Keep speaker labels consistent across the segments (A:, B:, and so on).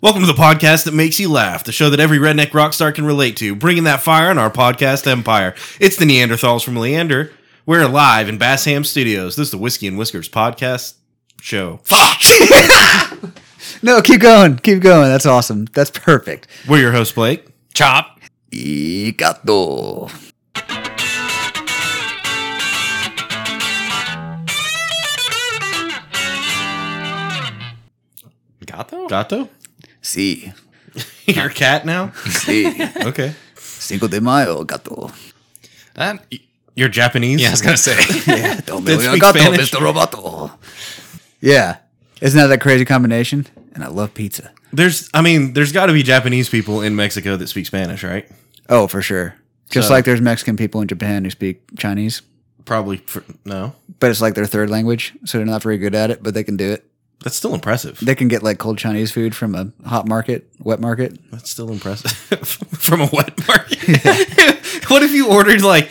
A: Welcome to the podcast that makes you laugh, the show that every redneck rock star can relate to, bringing that fire in our podcast empire. It's the Neanderthals from Leander. We're live in Bass Ham Studios. This is the Whiskey and Whiskers podcast show. Fuck!
B: No, keep going. Keep going. That's awesome. That's perfect.
A: We're your host, Blake.
C: Chop.
B: Ikato.
C: Gato?
A: Gato?
B: Si.
A: Your cat now?
B: Si.
A: Okay.
B: Cinco de Mayo, gato.
C: That,
A: You're Japanese?
C: yeah, I was going to say.
B: Yeah, don't
A: Did
B: be
A: speak
B: gato,
A: Spanish?
B: Mr. Roboto. Yeah. Isn't that that crazy combination? And I love pizza.
A: There's, I mean, there's got to be Japanese people in Mexico that speak Spanish, right?
B: Oh, for sure. Just
A: So-
B: like there's Mexican people in Japan who speak Chinese,
A: Probably. For, no.
B: but it's like their third language, so they're not very good at it, but they can do it.
A: That's still impressive.
B: They can get like cold Chinese food from a hot market, wet market.
A: That's still impressive from a wet market. what if you ordered like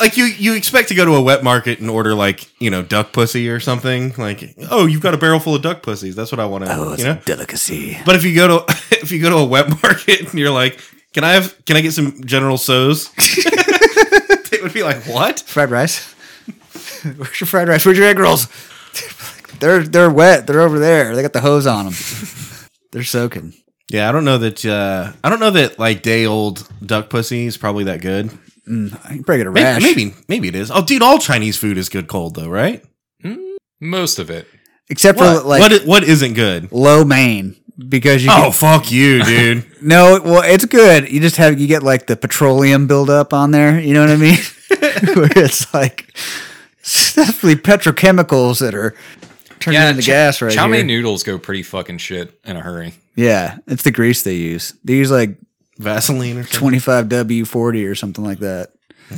A: like you you expect to go to a wet market and order like you know duck pussy or something like oh you've got a barrel full of duck pussies that's what I want to
B: Oh,
A: you know
B: delicacy.
A: but if you go to if you go to a wet market and you're like can I have can I get some General So's they would be like what
B: Fried rice. Where's your fried rice? Where's your egg rolls? They're they're wet. They're over there. They got the hose on them. They're soaking.
A: yeah I don't know that uh I don't know that like day old duck pussy is probably that good
B: I can probably get a
A: maybe,
B: rash.
A: maybe maybe it is oh dude all Chinese food is good cold though right
C: Most of it.
B: Except
A: what
B: for like
A: what, what isn't good
B: low main because you
A: Oh
B: can,
A: fuck you, dude!
B: no well it's good. You just have you get like the petroleum buildup on there. You know what I mean? Where it's like it's definitely petrochemicals that are turning into
C: ch-
B: gas right
C: Chow
B: here.
C: mein noodles go pretty fucking shit in a hurry.
B: Yeah, it's the grease they use. They use like
A: Mm-hmm. Vaseline or something?
B: twenty five W forty or something like that.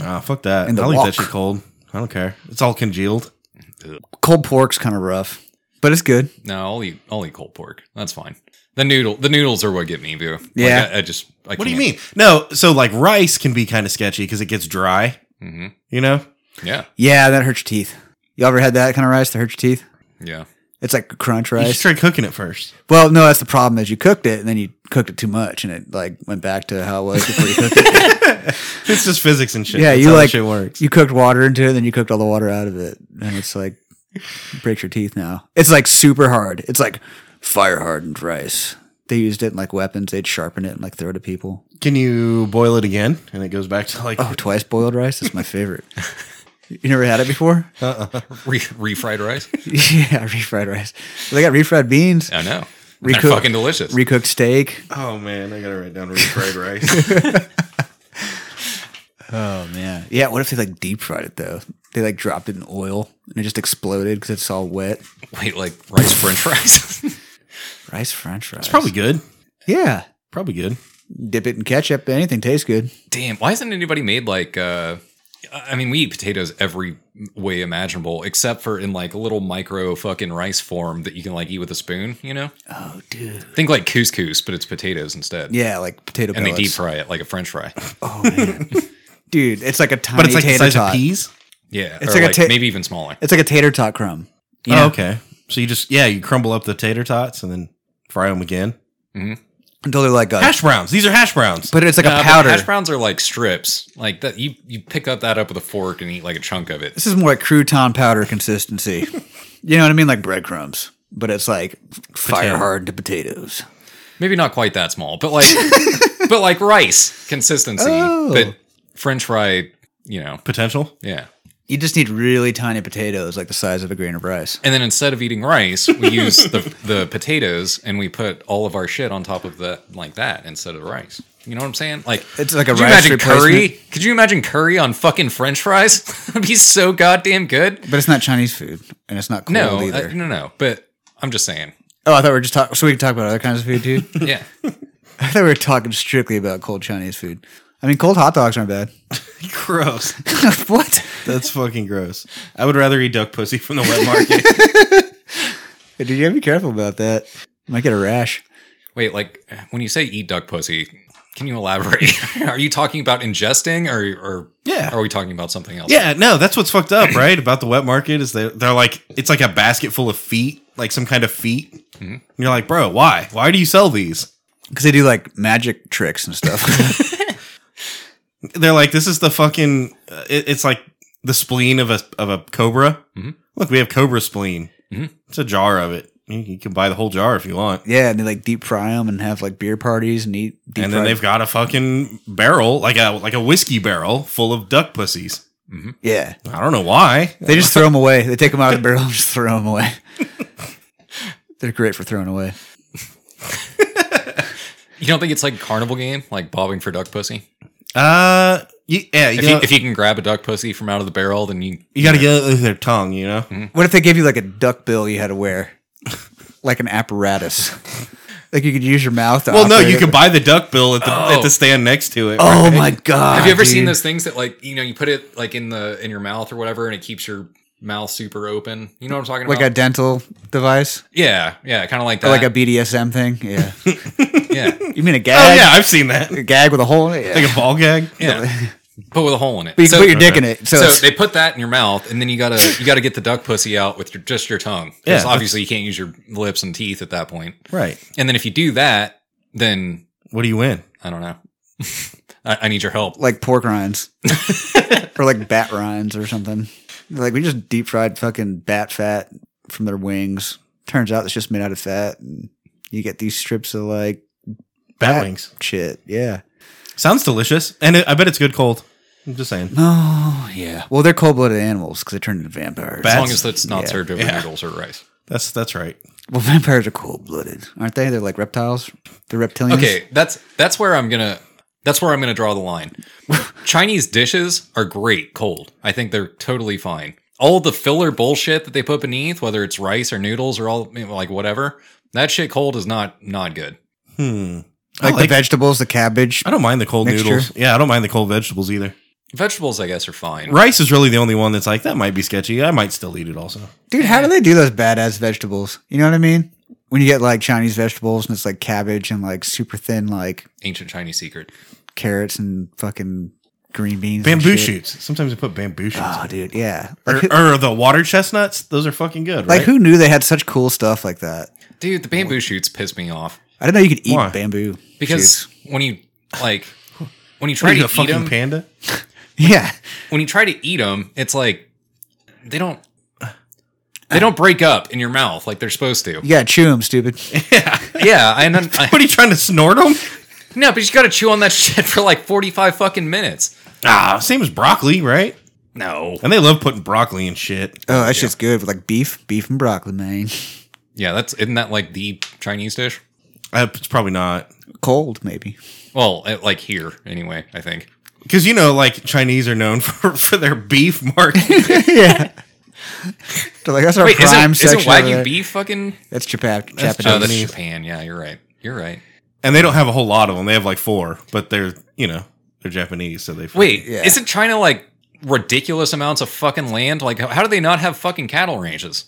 A: Ah, fuck that.
B: And the
A: I'll eat that
B: wok.
A: shit cold. I don't care. It's all congealed.
B: cold pork's kind of rough, but it's good.
C: No, I'll eat, I'll eat cold pork. That's fine. The noodle, the noodles are what get me, boo. Like,
B: Yeah.
C: I, I just, I
A: What do you mean? No, so like rice can be kind of sketchy because it gets dry.
C: mean?
A: You know,
C: hmm Yeah,
B: Yeah, that hurts your teeth. You ever had that kind of rice that hurts your teeth?
C: yeah.
B: It's like crunch
A: you should
B: rice.
A: try cooking it first.
B: Well, no, that's the problem is you cooked it and then you cooked it too much and it like went back to how it was before you cooked it.
A: It's just physics and shit.
B: yeah,
A: That's
B: you
A: how that
B: like
A: shit works.
B: you cooked water into it, then you cooked all the water out of it, and it's like breaks your teeth now. It's like super hard. It's like fire hardened rice. They used it in like weapons. They'd sharpen it and like throw it at people.
A: Can you boil it again and it goes back to like?
B: Oh, twice boiled rice. That's my favorite. you never had it before?
C: Re- refried rice?
B: yeah, refried rice. They got refried beans,
C: I know.
B: Recook-
C: They're fucking delicious.
B: recooked steak.
A: Oh man, I gotta write down refried rice.
B: Oh man, yeah. What if they like deep fried it though? They like dropped it in oil and it just exploded because it's all wet.
C: Wait, like rice french fries?
B: Rice French fries.
A: it's probably good.
B: yeah.
A: Probably good.
B: Dip it in ketchup. Anything tastes good.
C: Damn, why hasn't anybody made like, uh, I mean, we eat potatoes every way imaginable, except for in like little micro fucking rice form that you can like eat with a spoon, you know?
B: Oh dude.
C: Think like couscous, but it's potatoes instead.
B: Yeah, like potato.
C: And they deep
B: pellets.
C: fry it like a french fry.
B: Oh man, dude, it's like a tiny
A: But it's like the
B: tater
A: size
B: tot.
A: of peas.
C: Yeah.
B: It's
C: or
B: like
C: like
B: a ta-
C: maybe even smaller.
B: It's like a tater tot crumb. You
A: Oh,
B: know?
A: okay. So you just yeah, you crumble up the tater tots and then fry them again.
B: Until they're like, a,
A: Hash browns. These are hash browns.
B: but it's like
C: Uh,
B: a
C: but
B: powder.
C: Hash browns are like strips. Like that you you pick up that up with a fork and eat like a chunk of it.
B: this is more like crouton powder consistency. you know what I mean? Like breadcrumbs, but it's like fire hardened potatoes.
C: Maybe not quite that small, but like but like rice consistency.
B: Oh.
C: But french fry, you know.
A: Potential.
C: Yeah.
B: You just need really tiny potatoes, like the size of a grain of rice.
C: And then instead of eating rice, we use the the potatoes and we put all of our shit on top of that like that instead of rice. You know what I'm saying? Like
B: It's like a
C: Could you
B: rice
C: imagine
B: replacement.
C: curry? Could you imagine curry on fucking French fries? That'd be so goddamn good.
B: But it's not Chinese food, and it's not cold
C: No, uh,
B: either.
C: no, no. But I'm just saying.
B: oh, I thought we were just talking. So we could talk about other kinds of food too.
C: Yeah,
B: I thought we were talking strictly about cold Chinese food. I mean, cold hot dogs aren't bad.
A: Gross.
B: what?
A: That's fucking gross. I would rather eat duck pussy from the wet market.
B: Dude, you gotta be careful about that. Might get a rash.
C: Wait, like when you say eat duck pussy, can you elaborate? are you talking about ingesting or, or
A: Yeah.
C: are we talking about something else?
A: Yeah, no, that's what's fucked up, right? About the wet market is they're, they're like it's like a basket full of feet, like some kind of feet. And you're like, bro, why? Why do you sell these?
B: because they do like magic tricks and stuff.
A: They're like, this is the fucking. uh, It, it's like the spleen of a of a cobra.
C: Mhm.
A: Look, we have cobra spleen.
C: Mhm.
A: It's a jar of it. You, you can buy the whole jar if you want.
B: yeah, and they like deep fry them and have like beer parties and eat. Deep
A: and then
B: fried-
A: they've got a fucking barrel, like a like a whiskey barrel full of duck pussies.
B: yeah,
A: I don't know why.
B: they just throw them away. They take them out of the barrel and just throw them away. They're great for throwing away.
C: You don't think it's like a carnival game, like bobbing for duck pussy?
A: Uh, you, yeah, you,
C: If,
A: know,
C: you, if you can grab a duck pussy from out of the barrel, then you
A: you got to get it with their tongue, you know.
B: What if they gave you like a duck bill you had to wear, like an apparatus? like you could use your mouth. To
A: Well, no,
B: operate
A: you
B: it.
A: can buy the duck bill at the
C: Oh.
A: at the stand next to it.
B: Oh my god!
C: Have you ever seen
B: dude.
C: those things that like you know you put it like in the in your mouth or whatever, and it keeps your mouth super open? You know what I'm talking
B: Like a
C: about?
B: dental device,
C: yeah, yeah, kind of like that.
B: or like a BDSM thing. Yeah,
C: yeah,
B: you mean a
A: Oh
B: gag?
A: yeah, I've seen that.
B: a gag with a hole in it. Yeah.
A: Like a ball gag.
C: yeah. But with a hole in it.
B: but you
C: So-
B: can put your dick in it. So,
C: So,
B: it's-
C: they put that in your mouth, and then you gotta you gotta get the duck pussy out with your, just your tongue. Because
A: Yeah.
C: obviously you can't use your lips and teeth at that point.
A: Right.
C: And then if you do that, then
A: What do you win?
C: I don't know. I, I need your help.
B: like pork rinds or like bat rinds or something. They're Like we just deep fried fucking bat fat from their wings. Turns out it's just made out of fat, and you get these strips of like
A: Bat wings.
B: shit. Yeah.
A: Sounds delicious, and it, I bet it's good cold. I'm just saying.
B: Oh yeah. Well, they're cold blooded animals because they turn into vampires.
C: As
A: Bat-
C: long
A: That's-
C: as that's not
B: yeah.
C: served over
A: Yeah.
C: noodles or rice.
A: That's that's right.
B: well, vampires are cold blooded, aren't they? They're like reptiles. They're reptilians.
C: Okay, that's that's where I'm gonna that's where I'm gonna draw the line. Chinese dishes are great cold. I think they're totally fine. All the filler bullshit that they put beneath, whether it's rice or noodles or all you know, like whatever, that shit cold is not not good.
A: Hmm. I
B: Like,
A: like.
B: the vegetables, the cabbage.
A: I don't mind the cold
B: Mixture.
A: noodles. Yeah, I don't mind the cold vegetables either.
C: Vegetables, I guess, are fine.
A: Rice is really the only one that's like that might be sketchy. I might still eat it also.
B: Dude, how do they do those badass vegetables? You know what I mean? When you get like Chinese vegetables and it's like cabbage and like super thin like
C: Ancient Chinese secret.
B: carrots and fucking green beans. and
A: Bamboo
B: shit.
A: shoots. Sometimes they put bamboo shoots.
B: Oh, dude, yeah. Like,
A: Or,
B: who,
A: or the water chestnuts. Those are fucking good.
B: like
A: right?
B: who knew they had such cool stuff like that?
C: Dude, the bamboo shoots piss me off
B: I didn't know you could eat
A: Why?
B: bamboo
C: because
B: shoots.
C: when you like when you
A: Are
C: try
A: you
C: to
A: a
C: eat
A: fucking
C: them,
A: panda?
B: yeah,
C: when you try to eat them, it's like they don't they don't break up in your mouth like they're supposed to.
B: you gotta chew them, stupid.
C: Yeah, I, un- I
A: What are you trying to snort them?
C: No, but you got to chew on that shit for like 45 fucking minutes.
A: Ah, same as broccoli, right?
C: No.
A: And they love putting broccoli and shit.
B: Oh, that shit's good with like beef, beef and broccoli, man.
C: Yeah, that's isn't that like the Chinese dish?
A: Uh, it's probably not
B: Cold, maybe.
C: Well, eh, like here anyway, I think.
A: because you know, like Chinese are known for, for their beef market.
B: yeah. So like that's our
C: Wait,
B: prime
C: isn't,
B: section.
C: isn't
B: of
C: wagyu
B: it.
C: beef fucking?
B: That's Japan. Japanese.
C: Oh, that's
A: Japanese.
C: Japan. Yeah, you're right. You're right.
A: and they don't have a whole lot of them. They have like four, but they're you know they're Japanese, so they
C: Wait,
B: Yeah.
C: isn't China like ridiculous amounts of fucking land? Like, how, how do they not have fucking cattle ranges?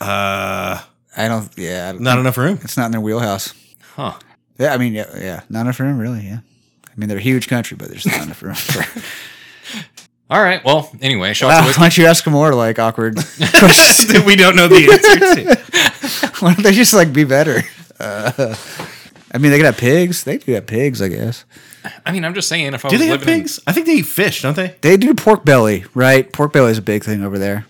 A: uh
B: I don't. Yeah, I don't-
A: not enough room.
B: it's not in their wheelhouse.
C: Huh.
B: Yeah, I mean, yeah, yeah, not enough room, really. Yeah, I mean, they're a huge country, but there's not enough room. For,
C: All right. Well, anyway, shots
B: wow,
C: of
B: why
C: whiskey.
B: don't you ask more like awkward questions?
A: That we don't know the answer to.
B: why don't they just like be better? Uh, I mean, they could have pigs. They do have pigs, I guess.
C: I mean, I'm just saying, if I
A: Do
C: was
A: they have
C: living in-
A: pigs? I think they eat fish, don't they?
B: They do pork belly, right? Pork belly is a big thing over there,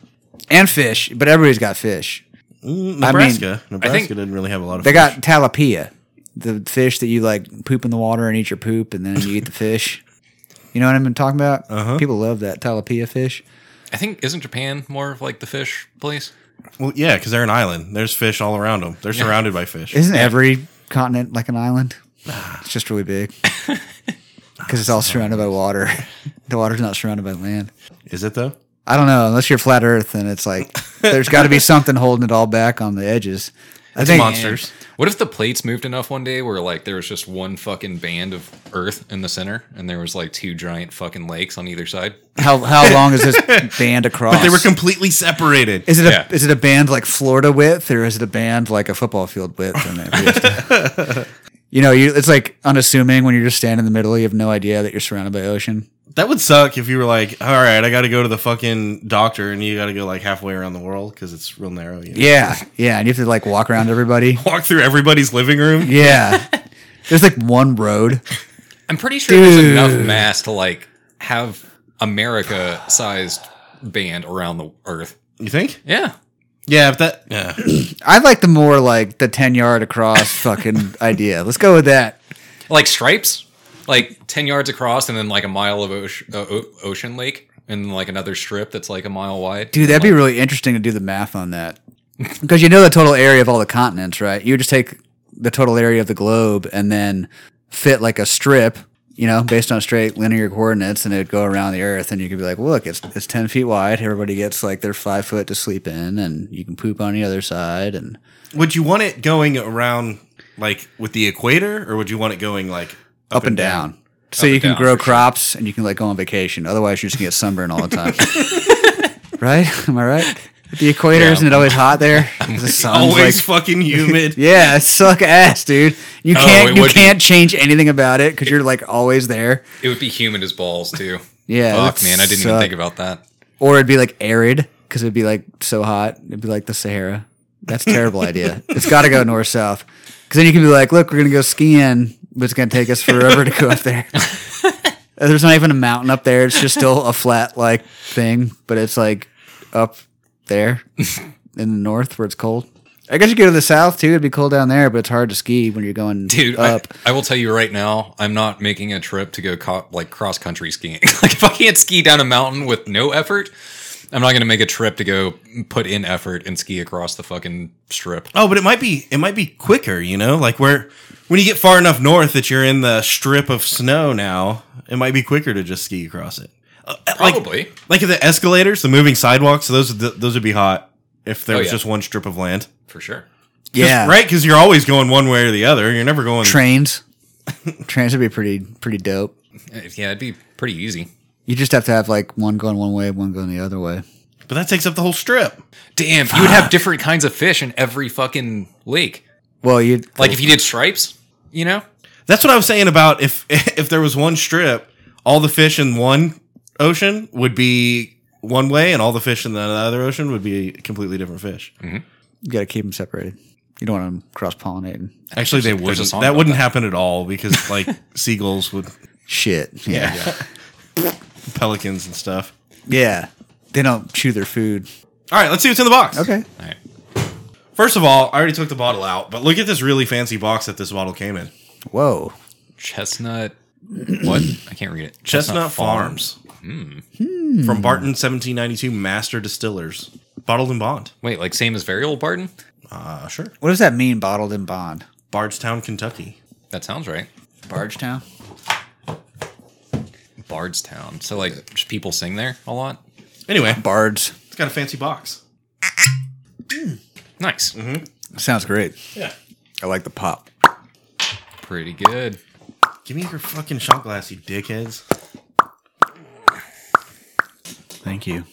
B: and fish. But everybody's got fish.
A: Mm, Nebraska, Nebraska
C: think-
A: didn't really have a lot of.
B: They
A: fish.
B: got tilapia, the fish that you like poop in the water and eat your poop, and then you eat the fish. You know what I'm talking about?
A: Uh-huh.
B: People love that tilapia fish.
C: I think, isn't Japan more of like the fish place?
A: well, yeah, because they're an island. There's fish all around them. They're surrounded by fish.
B: Isn't every continent like an island? It's just really big because it's all surrounded by water. The water's not surrounded by land.
A: Is it though?
B: I don't know unless you're flat Earth, and it's like there's got to be something holding it all back on the edges. I think
A: Monsters.
C: What if the plates moved enough one day where like there was just one fucking band of earth in the center and there was like two giant fucking lakes on either side?
B: How how long is this band across?
A: But they were completely separated.
B: is it a
C: Yeah.
B: is it a band like Florida width, or is it a band like a football field width? And it- You know, you it's like unassuming when you're just standing in the middle. You have no idea that you're surrounded by ocean.
A: That would suck if you were like, all right, I got to go to the fucking doctor, and you got to go like halfway around the world because it's real narrow. You know?
B: Yeah, yeah, and you have to like walk around everybody.
A: Walk through everybody's living room.
B: Yeah, there's like one road.
C: I'm pretty sure there's
B: Dude.
C: enough mass to like have America sized band around the earth.
A: You think?
C: Yeah.
A: Yeah, but that. Yeah.
B: I like the more like the ten yard across fucking idea. Let's go with that.
C: Like stripes, like 10 yards across and then like a mile of ocean, uh, o- ocean lake and like another strip that's like a mile wide.
B: Dude, that'd be really interesting to do the math on that. Because you know the total area of all the continents, right? You would just take the total area of the globe and then fit like a strip, you know, based on straight linear coordinates, and it'd go around the Earth. And you could be like, look, it's it's ten feet wide. Everybody gets like their five foot to sleep in, and you can poop on the other side. And
A: Would you want it going around like with the equator, or would you want it going like
B: up, and down. So
C: Up
B: you
C: and
B: can
C: down,
B: grow
C: for sure.
B: crops and you can like go on vacation. Otherwise, you're just gonna get sunburn all the time. right? Am I right? At the equator,
C: Yeah.
B: isn't it always hot there? The sun's
A: Always
B: like-
A: fucking humid.
B: yeah, suck ass, dude. You
C: Oh,
B: can't
C: it
B: you
C: would be-
B: can't change anything about it because you're like always there.
C: It would be humid as balls too.
B: Yeah,
C: Fuck, man. I didn't even think about that.
B: Or it'd be like arid because it'd be like so hot. It'd be like the Sahara. That's a terrible idea. It's got to go north south because then you can be like, look, we're gonna go skiing, but it's gonna take us forever to go up there. Uh, There's not even a mountain up there. It's just still a flat like thing, but it's like up there in the north where it's cold. I guess you go to the south too. It'd be cold down there, but it's hard to ski when you're going
C: Dude, I,
B: up.
C: I will tell you right now, I'm not making a trip to go co- like cross country skiing. like if I can't ski down a mountain with no effort, I'm not going to make a trip to go put in effort and ski across the fucking strip.
A: Oh, but it might be it might be quicker, you know? Like where when you get far enough north that you're in the strip of snow now, it might be quicker to just ski across it. Uh, Like
C: Probably.
A: like the escalators, the moving sidewalks, those are the, those would be hot if there
C: Oh,
A: was
C: yeah.
A: just one strip of land. 'Cause-
C: for sure.
B: yeah,
A: right? Because you're always going one way or the other. You're never going.
B: trains. trains would be pretty pretty dope.
C: Uh, Yeah, it'd be pretty easy.
B: You just have to have like one going one way, one going the other way.
A: but that takes up the whole strip.
C: Damn, you would have different kinds of fish in every fucking lake.
B: Well, you
C: Like if you did stripes, you know?
A: That's what I was saying about if if there was one strip, all the fish in one ocean would be one way, and all the fish in the other ocean would be completely different fish.
B: you got to keep them separated. You don't want them cross pollinating.
A: Actually, they
C: there's a
A: wouldn't.
C: song
A: That
C: about
A: wouldn't happen at all because like seagulls would,
B: Shit. Yeah. yeah.
A: pelicans and stuff.
B: They don't chew their food.
A: All right, let's see what's in the box.
B: Okay.
C: All right.
A: First of all, I already took the bottle out, but look at this really fancy box that this bottle came in.
B: Whoa.
C: Chestnut what? I can't read it.
A: Chestnut Farms Hmm. from Barton, 1792 Master Distillers, bottled and bond.
C: Wait, like same as Variable Barton?
A: Uh, sure,
B: What does that mean? Bottled in bond.
A: Bardstown, Kentucky.
C: That sounds right.
B: Bargetown.
C: Bardstown. So like just people sing there a lot.
A: Anyway,
B: Bards.
A: it's got a fancy box.
C: Nice.
A: Mm-hmm.
B: Sounds great.
A: Yeah,
B: I like the pop.
C: Pretty good.
A: give me your fucking shot glass, you dickheads.
B: Thank you.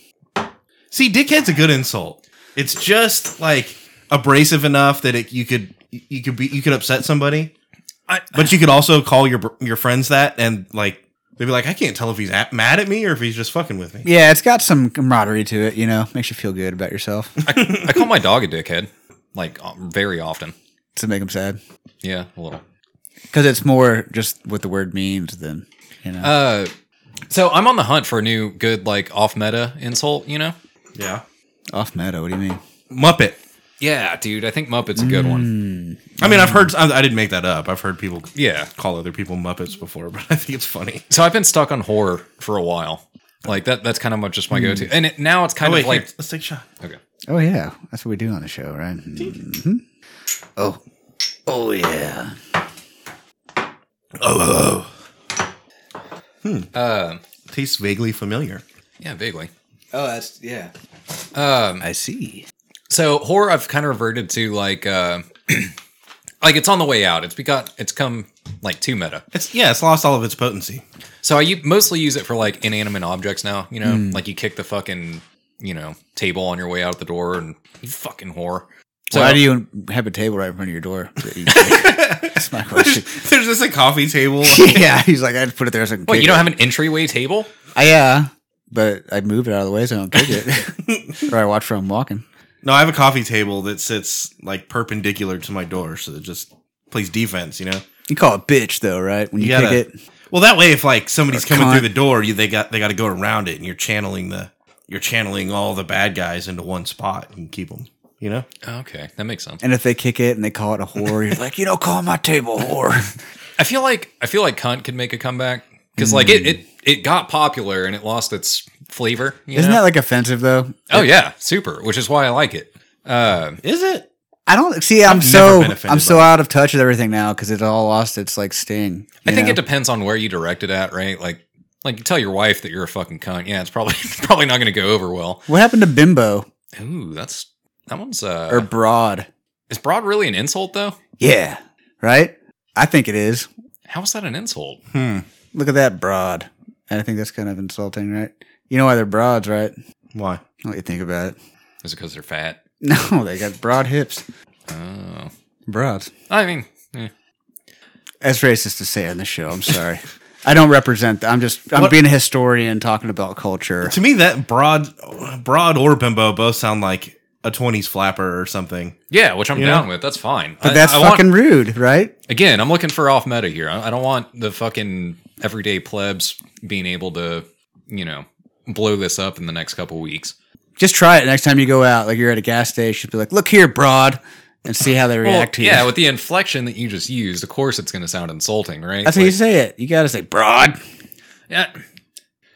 A: See, dickhead's a good insult. It's just like abrasive enough that it you could you could be you could upset somebody,
C: I-
A: but you could also call your br- your friends that and like they'd be like, I can't tell if he's at, mad at me or if he's just fucking with me.
B: Yeah, it's got some camaraderie to it. You know, makes you feel good about yourself.
C: I, I call my dog a dickhead like um, very often.
B: to make them sad
C: Yeah, a little.
B: because it's more just what the word means than you know.
C: Uh so I'm on the hunt for a new good like off meta insult, you know?
A: Yeah,
B: Off meta. What do you mean?
A: Muppet.
C: Yeah, dude. I think Muppet's a good
A: Mm.
C: one.
A: I mean, I've heard I, I didn't make that up. I've heard people
C: Yeah.
A: call other people Muppets before, but I think it's funny.
C: So I've been stuck on horror for a while. Like that that's kind of my, just my go to. And it, now it's kind
A: Oh, wait,
C: of like
A: here, let's take a shot.
C: okay.
B: Oh yeah, that's what we do on the show, right? hmm Oh, oh yeah.
A: Oh, Hmm.
C: Uh
A: tastes vaguely familiar.
C: yeah, vaguely.
B: Oh, that's yeah.
C: Um
B: I see.
C: so horror I've kind of reverted to like uh like it's on the way out. It's begun it's come like too meta.
A: It's yeah, it's lost all of its potency.
C: So I u- mostly use it for like inanimate objects now. You know, like you kick the fucking you know table on your way out the door and you fucking whore. So
B: Why do you have a table right in front of your door? to eat? That's my question.
A: There's just a coffee table.
B: yeah, he's like, I just put it there so I can
C: Wait,
B: kick
C: you don't
B: it.
C: have an entryway table?
B: I, yeah, but I move it out of the way so I don't kick it, or I watch where I'm walking.
A: No, I have a coffee table that sits like perpendicular to my door, so it just plays defense. You know.
B: You call it bitch though, right? When you,
A: You
B: kick
A: gotta-
B: it,
A: Well, that way, if like somebody's
B: Or
A: coming
B: con-
A: through the door, you they got they got to go around it, and you're channeling the you're channeling all the bad guys into one spot and keep them. You know.
C: Okay, that makes sense.
B: and if they kick it and they call it a whore, you're like, you don't call my table a whore.
C: I feel like I feel like cunt could make a comeback because like it, it it got popular and it lost its flavor. you
B: Isn't
C: know?
B: that like offensive though?
C: oh yeah, super. Which is why I like it. Uh,
A: Is it?
B: I don't see.
A: I've
B: I'm
A: never
B: so
A: been offended
B: I'm so
A: by
B: out of touch with everything now because it all lost its like sting.
C: I
B: you
C: think
B: know?
C: it depends on where you direct it at, right? Like like you tell your wife that you're a fucking cunt. Yeah, it's probably probably not going to go over well.
B: What happened to bimbo
C: Ooh, that's that one's uh.
B: or broad?
C: is broad really an insult though?
B: Yeah, right. I think it is.
C: How is that an insult?
A: Hmm.
B: Look at that broad. And I think that's kind of insulting, right? You know why they're broads, right?
A: Why?
B: What you think about it?
C: Is it because they're fat?
B: No, they got broad hips.
C: Oh,
B: Broads.
C: I mean, eh.
B: That's racist to say on the show. I'm sorry. I don't represent. I'm just. I'm
A: What-
B: being a historian talking about culture.
A: To me, that broad, broad or bimbo both sound like a '20s flapper or something.
C: yeah, which I'm
A: You
C: down
A: know?
C: with. That's fine.
B: But
C: I-
B: that's
C: I want-
B: fucking rude, right?
C: Again, I'm looking for off meta here. I I don't want the fucking everyday plebs being able to, you know, blow this up in the next couple weeks.
B: Just try it next time you go out. Like you're at a gas station, be like, "Look here, broad," and see how they react to you.
C: yeah, with the inflection that you just used, of course it's going to sound insulting, right?
B: that's how you say it. You gotta say broad.
C: yeah.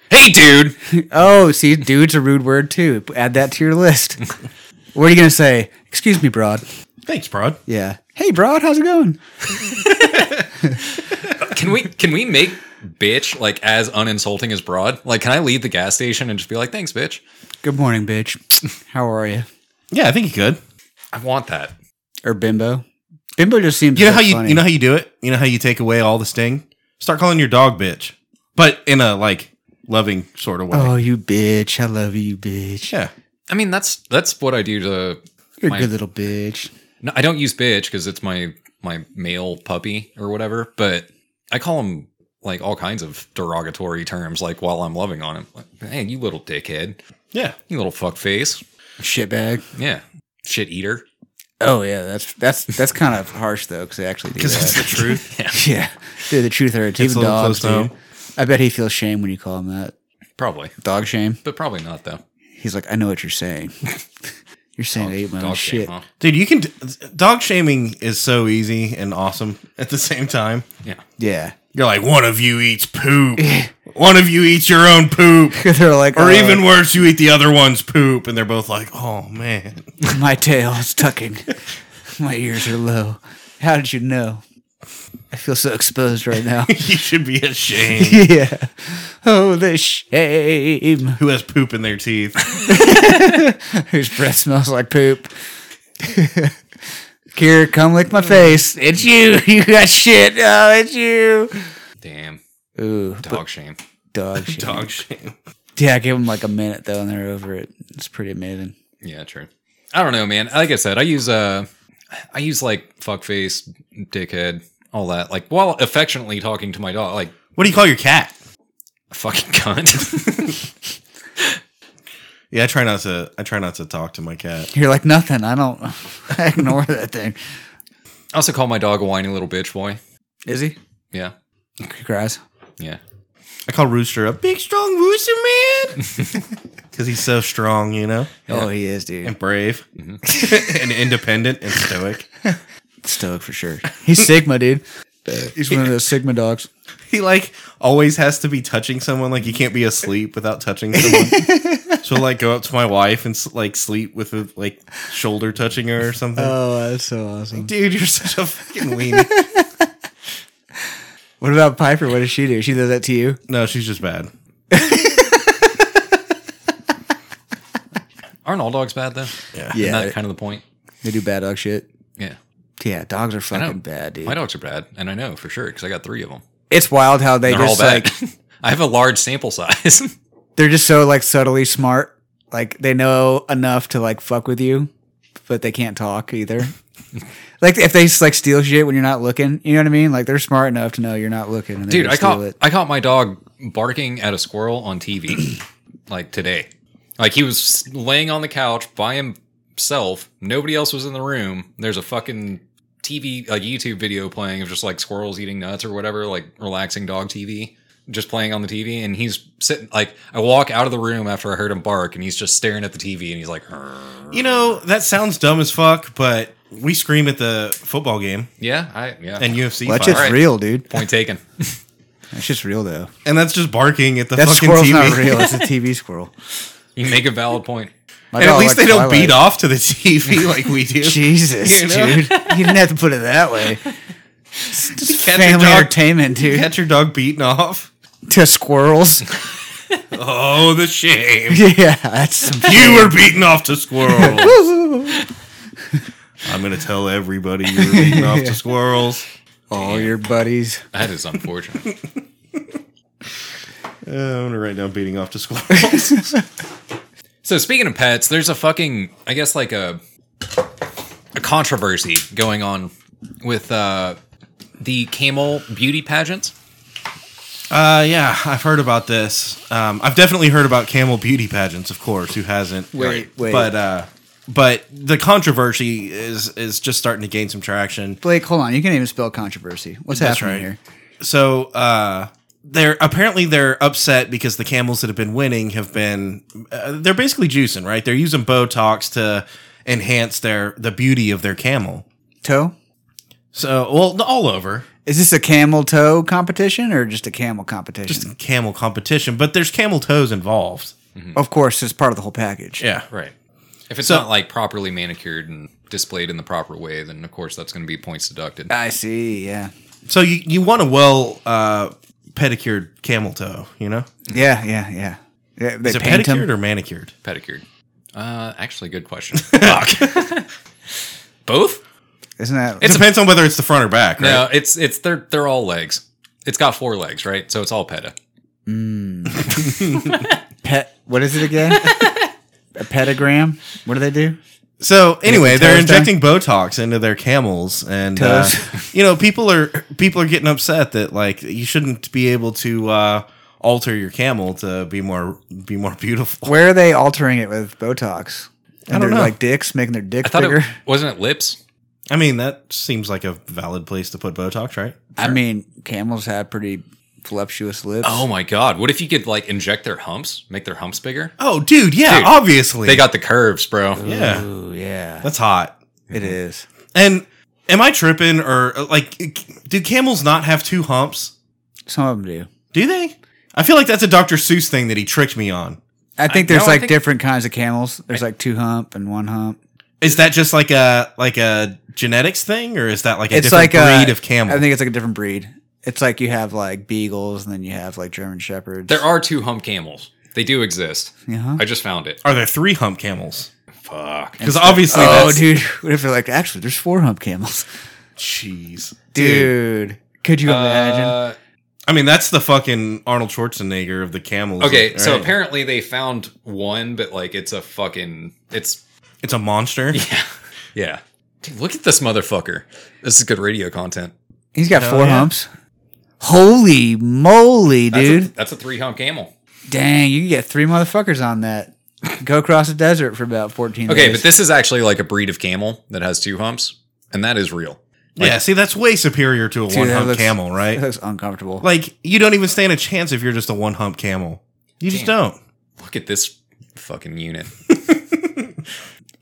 C: Hey, dude.
B: Oh, see, dude's a rude word too. Add that to your list. what are you gonna say? Excuse me, broad.
A: Thanks, broad.
B: Yeah. Hey, broad, how's it going?
C: Can we can we make bitch like as uninsulting as broad? Like, can I leave the gas station and just be like, "Thanks, bitch."
B: Good morning, bitch. How are you?
A: Yeah, I think you could.
C: I want that.
B: Or bimbo. Bimbo just seems.
A: You know
B: so
A: how you
B: funny.
A: you know how you do it. You know how you take away all the sting. Start calling your dog bitch, but in a like loving sort of way.
B: Oh, you bitch! I love you, bitch.
A: yeah.
C: I mean, that's that's what I do to
B: You're
C: My-
B: a good little bitch.
C: No, I don't use bitch because it's my my male puppy or whatever. But I call him like all kinds of derogatory terms, like while I'm loving on him. Like, hey, you little dickhead,
A: Yeah.
C: you little fuckface,
B: Shitbag.
C: yeah, shit eater.
B: Oh yeah, that's that's that's kind of harsh though, because they actually do
A: Because it's
B: that.
A: the truth.
B: yeah, dude, the truth hurts.
A: Gets
B: Even
A: a little
B: dogs,
A: close to
B: dude. I bet he feels shame when you call him that.
C: Probably,
B: Dog shame.
C: but probably not though.
B: He's like, I know what you're saying. you're saying I ate my own
C: Dog shit,
B: Oh, shit.
C: huh?
A: Dude, you can dog shaming is so easy and awesome at the same time.
C: Yeah,
B: Yeah.
A: You're like one of you eats poop. one of you eats your own poop.
B: They're like,
A: Or
B: "Oh,
A: even worse, you eat the other one's poop, and they're both like, "Oh man,
B: my tail is tucking. my ears are low. How did you know? I feel so exposed right now.
A: you should be ashamed."
B: yeah. Oh, the shame.
A: Who has poop in their teeth?
B: Whose breath smells like poop. Here, come lick my face. It's you. You got shit. Oh, it's you.
C: damn,
B: Ooh,
C: dog shame.
B: dog shit.
A: Dog shame.
B: Yeah, I gave them like a minute though, and they're over it. It's pretty amazing.
C: Yeah, true. I don't know, man. Like I said, I use uh, I use like fuckface, dickhead, all that. Like while affectionately talking to my dog, like
A: What do you call your cat?
C: fucking cunt.
A: Yeah, I try not to. I try not to talk to my cat.
B: You're like nothing. I don't. I ignore that thing.
C: I also call my dog a whiny little bitch boy.
B: Is he?
C: Yeah.
B: He cries.
C: Yeah.
A: I call Rooster a big strong Rooster man because he's so strong, you know,
B: Oh, he is, dude.
A: and brave, and independent and stoic.
B: Stoic for sure. He's Sigma, dude. He's one of those Sigma dogs.
A: He like always has to be touching someone. Like he can't be asleep without touching someone. so like go up to my wife and s- like sleep with a, like shoulder touching her or something.
B: Oh, that's so awesome.
A: Dude, you're such a fucking weenie.
B: What about Piper? What does she do? She does that to you?
A: no, she's just bad.
C: Aren't all dogs bad though?
A: Yeah.
C: Isn't
B: Yeah,
C: that kind of the point?
B: they do bad dog shit.
C: Yeah.
B: Yeah, dogs are
C: I know.
B: fucking bad, dude.
C: My dogs are bad, and I know for sure because I got three of them.
B: It's wild how they
C: They're all
B: just
C: bad.
B: like
C: I have a large sample size.
B: they're just so like subtly smart. Like they know enough to like fuck with you, but they can't talk either. like if they like steal shit when you're not looking, you know what I mean? Like they're smart enough to know you're not looking. And they
C: Dude,
B: can
C: I
B: steal
C: caught I caught my dog barking at a squirrel on TV like today. Like he was laying on the couch by himself. Nobody else was in the room. There's a fucking TV, a YouTube video playing of just like squirrels eating nuts or whatever, like relaxing dog TV, just playing on the TV. And he's sitting, like, I walk out of the room after I heard him bark and he's just staring at the TV and he's like, "Arr."
A: You know, that sounds dumb as fuck, but we scream at the football game
C: yeah, I, yeah.
A: and UFC
B: Well, that
A: fight.
B: shit's
C: Alright.
B: real, dude.
C: Point taken.
B: That shit's real though.
A: And that's just barking at the
B: That
A: fucking
B: squirrel's
A: TV.
B: not real. It's a TV squirrel.
C: you make a valid point.
B: My
A: And at
B: dog
A: least they
B: likes
A: don't beat
B: Twilight.
A: off to the TV like we do.
B: Jesus,
A: You know?
B: dude, you didn't have to put it that way. It's
A: Catch a
B: family
A: dog-
B: entertainment, dude.
A: Catch your dog beaten off.
B: to squirrels.
A: Oh, the shame.
B: yeah, that's some
A: You were beaten off to squirrels. I'm gonna tell everybody you were beaten off to squirrels.
B: all your buddies.
C: That is unfortunate.
A: Uh, I'm gonna write down beating off to squirrels.
C: so speaking of pets, there's a fucking I guess like a a controversy going on with uh the camel beauty pageants.
A: uh, yeah, I've heard about this. Um, I've definitely heard about camel beauty pageants, of course. Who hasn't?
B: Wait, wait.
A: But uh, but the controversy is is just starting to gain some traction.
B: Blake, hold on. You can't even spell controversy. What's
A: That's
B: happening
A: right.
B: here?
A: so uh they're apparently they're upset because the camels that have been winning have been uh, they're basically juicing right they're using botox to enhance their the beauty of their camel
B: Toe?
A: so well all over
B: Is this a camel toe competition or just a camel competition?
A: just camel competition but there's camel toes involved
B: of course, it's part of the whole package.
A: yeah
C: Right. If it's
A: So-
C: not like properly manicured and displayed in the proper way, then of course that's going to be points deducted.
B: I see. Yeah.
A: so you you want a well uh pedicured camel toe you know
B: Yeah, yeah, yeah. yeah they
A: is it
B: paint 'em.
A: pedicured or manicured
C: Pedicured. Uh, actually, good question. Fuck. Both?
B: Isn't that?
A: it depends on whether it's the front or back right
C: No, it's it's they're they're all legs. It's got four legs, right? So it's all peta.
B: pet. What is it again? a petagram? What do they do?
A: So anyway,
B: the
A: they're
B: toes down?
A: injecting Botox into their camels, and uh,
B: Toes.
A: you know people are people are getting upset that like you shouldn't be able to uh, alter your camel to be more be more beautiful.
B: Where are they altering it with Botox?
A: don't
B: And they're
A: know.
B: like dicks, making their
C: I
B: dick
C: thought
B: bigger.
C: it wasn't it lips.
A: I mean, that seems like a valid place to put Botox, right?
B: I mean, camels have pretty voluptuous lips.
C: Oh my god! What if you could like inject their humps, make their humps bigger?
A: Oh, dude, yeah,
C: Dude,
A: obviously
C: They got the curves, bro.
A: yeah,
B: Ooh, yeah.
A: that's hot.
B: It is.
A: And am I tripping or uh, like do camels not have two humps?
B: Some of them do.
A: Do they? I feel like that's a Dr. Seuss thing that he tricked me on.
B: I think
C: I-
B: there's
C: no, I
B: like
C: think-
B: different kinds of camels. There's like two hump and one hump.
A: Is that just like a like a genetics thing, or is that like a
B: it's
A: different
B: like a-
A: breed of camel?
B: I think it's like a different breed. It's like you have like beagles and then you have like German shepherds.
C: There are two hump camels. They do exist.
B: Uh-huh.
C: I just found it.
A: Are there three hump camels?
C: Fuck.
A: Because obviously,
B: Oh,
A: that's,
B: dude! What if they're like actually there's four hump camels,
A: Jeez,
B: dude? Could you imagine?
C: Uh,
A: I mean, that's the fucking Arnold Schwarzenegger of the camels.
C: okay, so
A: right?
C: apparently they found one, but like it's a fucking it's
A: it's a monster.
C: yeah. Dude, look at this motherfucker. This is good radio content.
B: He's got
A: hell
B: four
A: yeah.
B: humps. Holy moly,
C: That's
B: dude!
C: a, that's a three hump camel.
B: Dang, you can get three motherfuckers on that. Go across the desert for about fourteen.
C: Okay,
B: days.
C: but this is actually like a breed of camel that has two humps, and that is real.
A: yeah, see, that's way superior to a
B: Dude,
A: one
B: that
A: hump
B: looks-
A: camel,
B: that
A: right?
B: looks uncomfortable.
A: Like, you don't even stand a chance if you're just a one hump camel. You just don't.
C: Look at this fucking unit.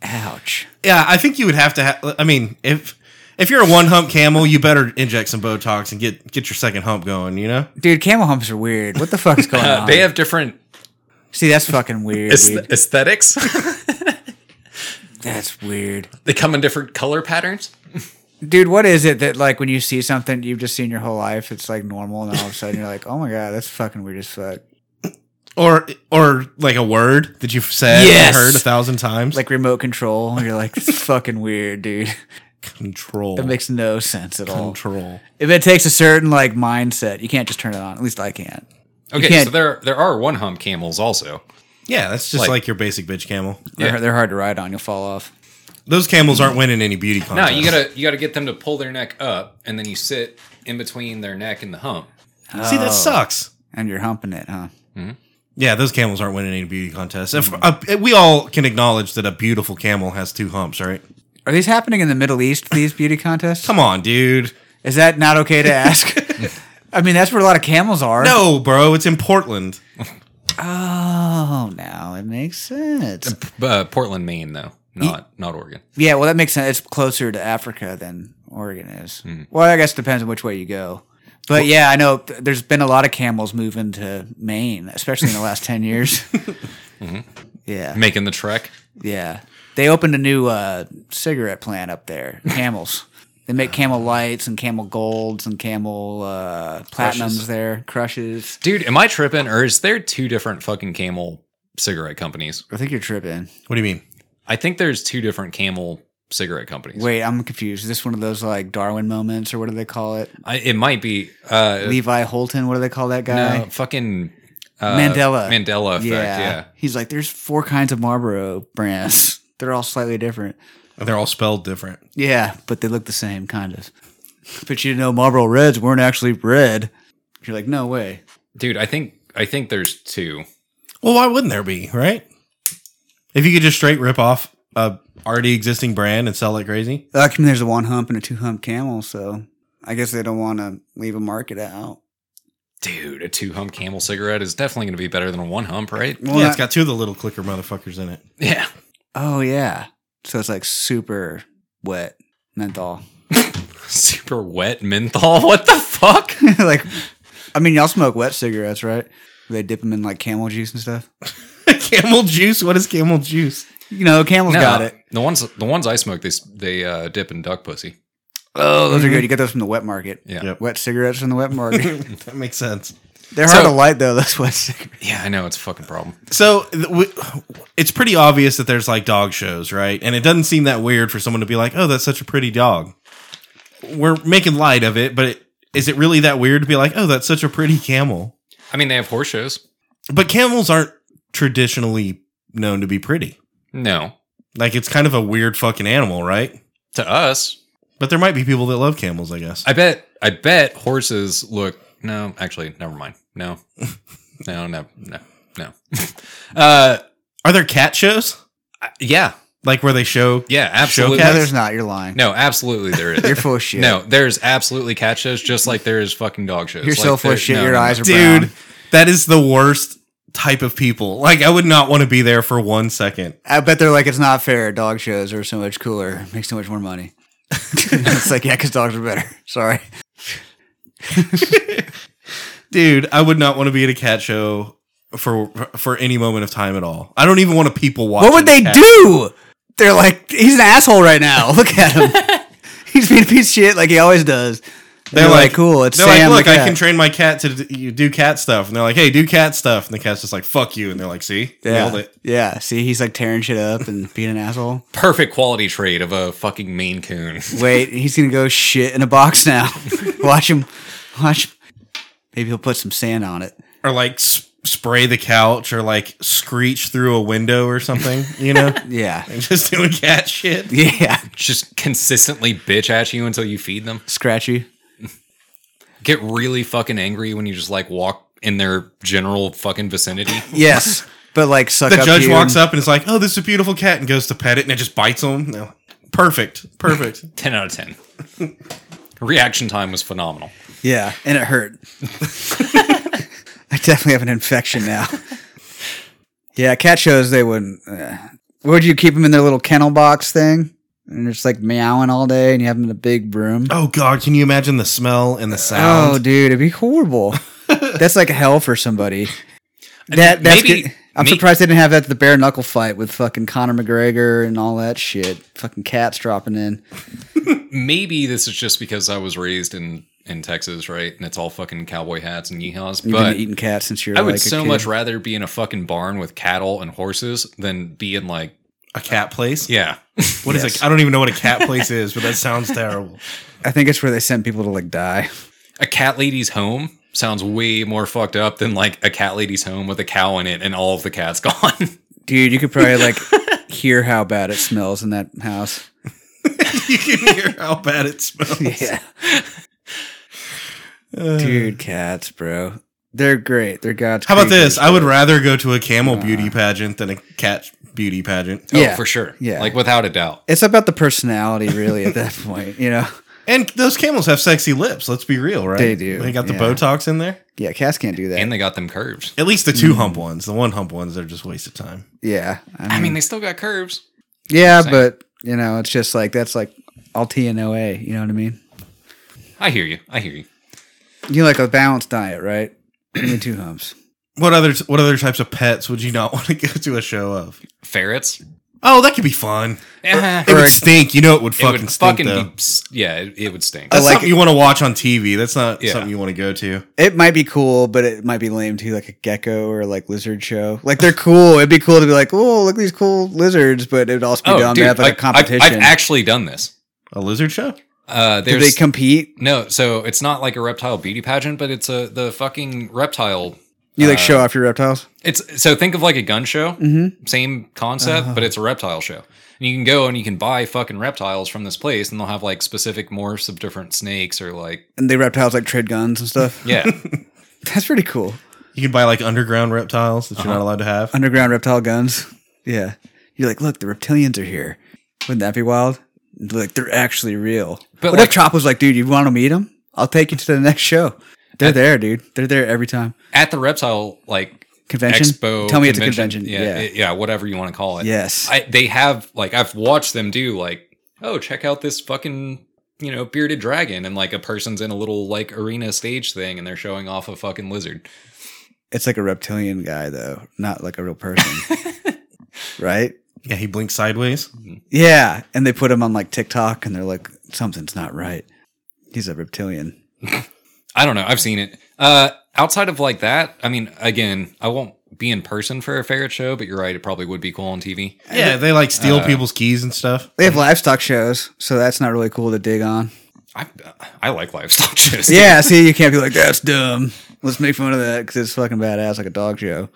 B: Ouch.
A: Yeah, I think you would have to. Ha- I mean, if if you're a one hump camel, you better inject some Botox and get get your second hump going. You know,
B: Dude, camel humps are weird. What the fuck is going
C: Uh,
B: on?
C: they have different
B: See, that's fucking weird, dude.
C: aesthe- aesthetics.
B: That's weird.
C: they come in different color patterns.
B: Dude, what is it that like when you see something you've just seen your whole life, it's like normal and all of a sudden you're like, Oh my god, that's fucking weird as fuck.
A: or or like a word that you've said and
B: Yes.
A: heard a thousand times,
B: Like remote control. You're like, it's fucking weird, dude.
A: control.
B: It makes no sense at all.
A: control.
B: If it takes a certain like mindset, you can't just turn it on. At least I can't.
C: Okay,
B: can't-
C: so there there are one hump camels also.
A: Yeah, that's just
C: Like-
A: like your basic bitch camel.
B: They're,
C: Yeah.
B: they're hard to ride on, you'll fall off.
A: Those camels aren't winning any beauty
C: No,
A: contests.
C: you gotta you gotta get them to pull their neck up, and then you sit in between their neck and the hump.
A: see
C: Oh.
A: that sucks.
B: And you're humping it, huh?
A: Yeah, those camels aren't winning any beauty contests. If uh, we all can acknowledge that a beautiful camel has two humps, right?
B: Are these happening in the Middle East? These beauty contests?
A: Come on, dude.
B: Is that not okay to ask? I mean, that's where a lot of camels are.
A: No, bro, it's in Portland.
B: Oh, now it makes sense.
C: Uh, Portland, Maine, though, not not Oregon.
B: Yeah, well, that makes sense. It's closer to Africa than Oregon is.
A: Hmm.
B: Well, I guess it depends on which way you go. But yeah, I know th- there's been a lot of camels moving to Maine, especially in the last 10 years.
A: Mm-hmm.
B: Yeah.
C: Making the trek.
B: Yeah. They opened a new uh, cigarette plant up there, camels. they make camel lights and camel golds and camel uh, platinums there, crushes.
C: Dude, am I tripping, or is there two different fucking camel cigarette companies?
B: I think you're tripping.
A: What do you mean?
C: I think there's two different camel cigarette companies.
B: Wait, I'm confused. Is this one of those like Darwin moments or what do they call it?
C: I, it might be uh,
B: Levi Holton, what do they call that guy?
C: no, fucking uh,
B: Mandela.
C: Mandela effect. Yeah.
B: He's like, there's four kinds of Marlboro brands. They're all slightly different.
A: They're all spelled different.
B: Yeah, but they look the same, kind of. But you didn't know Marlboro Reds weren't actually red. You're like, no way.
C: dude. I think I think there's two.
A: Well, why wouldn't there be, right? If you could just straight rip off a already existing brand and sell like crazy.
B: I mean, there's a one hump and a two hump camel, so I guess they don't want to leave a market out.
C: Dude, a two hump camel cigarette is definitely going to be better than a one hump, right?
B: Well,
A: yeah,
B: yeah,
A: it's got two of the little clicker motherfuckers in it.
C: Yeah.
B: oh yeah, so it's like super wet menthol.
C: Super wet menthol. What the fuck?
B: like, I mean, y'all smoke wet cigarettes, right? They dip them in like camel juice and stuff.
A: camel juice? What is camel juice?
B: You know, camels
C: No,
B: got it.
C: The ones the ones I smoke, they s- they uh, dip in duck pussy.
B: Oh, those are good. You get those from the wet market.
C: Mm-hmm. Yeah.
A: Yep.
B: Wet cigarettes from the wet market.
A: that makes sense.
B: They're
C: So-
B: hard to light though. Those wet cigarettes.
C: Yeah, I know it's a fucking problem.
A: So th- w- it's pretty obvious that there's like dog shows, right? And it doesn't seem that weird for someone to be like, "Oh, that's such a pretty dog." We're making light of it, but it, is it really that weird to be like, "Oh, that's such a pretty camel"?
C: I mean, they have horse shows.
A: But camels aren't traditionally known to be pretty.
C: No,
A: Like it's kind of a weird fucking animal, right?
C: to us,
A: But there might be people that love camels, I guess.
C: I bet. I bet horses look. No, actually, never mind. No, no, no, no, no. uh,
A: Are there cat shows?
C: yeah,
A: Like where they show
C: yeah, absolutely.
B: No,
A: Yes.
B: there's not. You're lying.
C: No, absolutely, there
B: You're
C: is.
B: full of shit.
C: No, there's absolutely cat shows, just like there is fucking dog shows.
B: You're
C: Like,
B: so full
C: there-
B: of shit.
C: no,
B: Your
C: no, no.
B: eyes are
A: Dude,
B: brown.
A: that is the worst type of people. Like I would not want to be there for one second.
B: I bet they're like, it's not fair. Dog shows are so much cooler. Make so much more money. it's like, yeah, because dogs are better. Sorry.
A: Dude, I would not want to be at a cat show for for any moment of time at all. I don't even want to people watch.
B: What would they do? They're like, he's an asshole right now. Look at him. he's being a piece of shit like he always does.
A: They're like,
B: cool. It's
A: they're
B: Sam.
A: like, look,
B: the
A: I
B: cat."
A: can train my cat to d- you do cat stuff, and they're like, hey, do cat stuff, and the cat's just like, fuck you, and they're like, see,
B: yeah.
A: nailed it.
B: Yeah. See, he's like tearing shit up and being an asshole.
C: Perfect quality trait of a fucking Maine Coon.
B: Wait, he's gonna go shit in a box now. Watch him. Watch. Him. Maybe he'll put some sand on it.
A: Or like s- spray the couch, or like screech through a window or something, you know,
B: Yeah.
A: and just doing cat shit.
B: Yeah.
C: Just consistently bitch at you until you feed them.
B: Scratchy.
C: Get really fucking angry when you just like walk in their general fucking vicinity.
B: Yes. But like suck
A: The
B: up
A: judge
B: you
A: walks
B: and-
A: up and is like, oh, this is a beautiful cat, and goes to pet it, and it just bites him. They're like, Perfect, perfect.
C: 10 out of 10. Reaction time was phenomenal.
B: Yeah, and it hurt. I definitely have an infection now. Yeah, cat shows they wouldn't. Uh, would you keep them in their little kennel box thing? And it's like meowing all day, and you have them in a big broom.
A: Oh God, can you imagine the smell and the sound?
B: Oh, dude, it'd be horrible. that's like hell for somebody. That that's
C: maybe-
B: good. I'm
C: may-
B: surprised they didn't have that at the bare knuckle fight with fucking Conor McGregor and all that shit. Fucking cats dropping in.
C: Maybe this is just because I was raised in in Texas, right? And it's all fucking cowboy hats and yeehaws.
B: You've
C: But
B: been eating cats since you were
C: I would
B: like a
C: so
B: kid.
C: much rather be in a fucking barn with cattle and horses than be in like,
B: Oh,
A: a cat place?
C: yeah.
A: What is it? I don't even know what a cat place is, but that sounds terrible.
B: I think it's where they send people to like die.
C: a cat lady's home sounds way more fucked up than like a cat lady's home with a cow in it and all of the cats gone. Oh,
B: Dude, you could probably like hear how bad it smells in that house.
A: you can hear how bad it smells.
B: Yeah.
A: Uh,
B: Dude, cats, bro. They're great. They're God's
A: How about this?
B: creatures,
A: I would
B: but-
A: rather go to a camel beauty pageant than a cat beauty pageant.
C: Oh,
B: Uh. Yeah.
C: for sure.
B: Yeah.
C: Like without a doubt.
B: It's about the personality, really, at that point. You know?
A: Oh, And those camels have sexy lips. Let's be real, right?
B: They do,
A: They got the
B: yeah.
A: Botox in there.
B: Yeah, cats can't do that.
C: And they got them curves.
A: At least the two hump ones. The one hump ones are just waste of time.
B: yeah.
C: I mean, they still got curves.
B: yeah,
C: same.
B: but, you know, it's just like, that's like all T and OA. You know what I mean?
C: I hear you. I hear you.
B: You like a balanced diet, right? Only two humps.
A: What other what other types of pets would you not want to go to a show of?
C: Ferrets.
A: Oh, that could be fun.
C: Eh,
A: It
B: Or-
A: would stink. You know, it would
C: it
A: fucking
C: would
A: stink
C: fucking
A: though.
C: be, s- yeah, it, it would stink.
B: I
A: That's
B: like
A: something
B: it.
A: you want to watch on TV. That's not
C: Yeah.
A: something you want to go to.
B: It might be cool, but it might be lame too, like a gecko or like lizard show. Like they're cool. It'd be cool to be like, oh, look at these cool lizards, but it'd also be dumb to have like, a
C: Oh, like, I've-
B: competition.
C: I've, actually done this.
A: A lizard show?
C: Uh,
B: Do
C: there's
B: they compete?
C: no, so it's not like a reptile beauty pageant, but it's a the fucking reptile.
B: You like
C: uh,
B: show off your reptiles?
C: It's so think of like a gun show,
B: Mm-hmm.
C: same concept,
B: Uh-huh.
C: but it's a reptile show. And you can go and you can buy fucking reptiles from this place, and they'll have like specific morphs of different snakes or like
B: And the reptiles like trade guns and stuff.
C: yeah,
B: That's pretty cool.
A: You can buy like underground reptiles that you're not allowed to have.
B: Underground reptile guns. Yeah. You're like, look, the reptilians are here. Wouldn't that be wild? They're like, they're actually real.
C: But,
B: But what
C: like-
B: if Chop was like, dude, you want to meet them? I'll take you to the next show. They're there, dude. They're there every time.
C: at the reptile like
B: Convention?
C: expo.
B: Tell me it's a convention.
C: Yeah,
B: Yeah.
C: it- yeah, whatever you want to call it.
B: Yes.
C: I, they have like I've watched them do like oh check out this fucking you know bearded dragon and like a person's in a little like arena stage thing and they're showing off a fucking lizard.
B: It's like a reptilian guy though, not like a real person. right?
A: Yeah, he blinks sideways.
B: Yeah. And they put him on like TikTok and they're like, something's not right. He's a reptilian.
C: I don't know. I've seen it. Uh, outside of like that, I mean, again, I won't be in person for a ferret show, but you're right. It probably would be cool on TV.
A: Yeah, they like steal
B: Uh,
A: people's keys and stuff.
B: They have livestock shows, so that's not really cool to dig on.
C: I I like livestock shows.
B: Yeah, see, you can't be like, that's dumb. Let's make fun of that because it's fucking badass, like a dog show.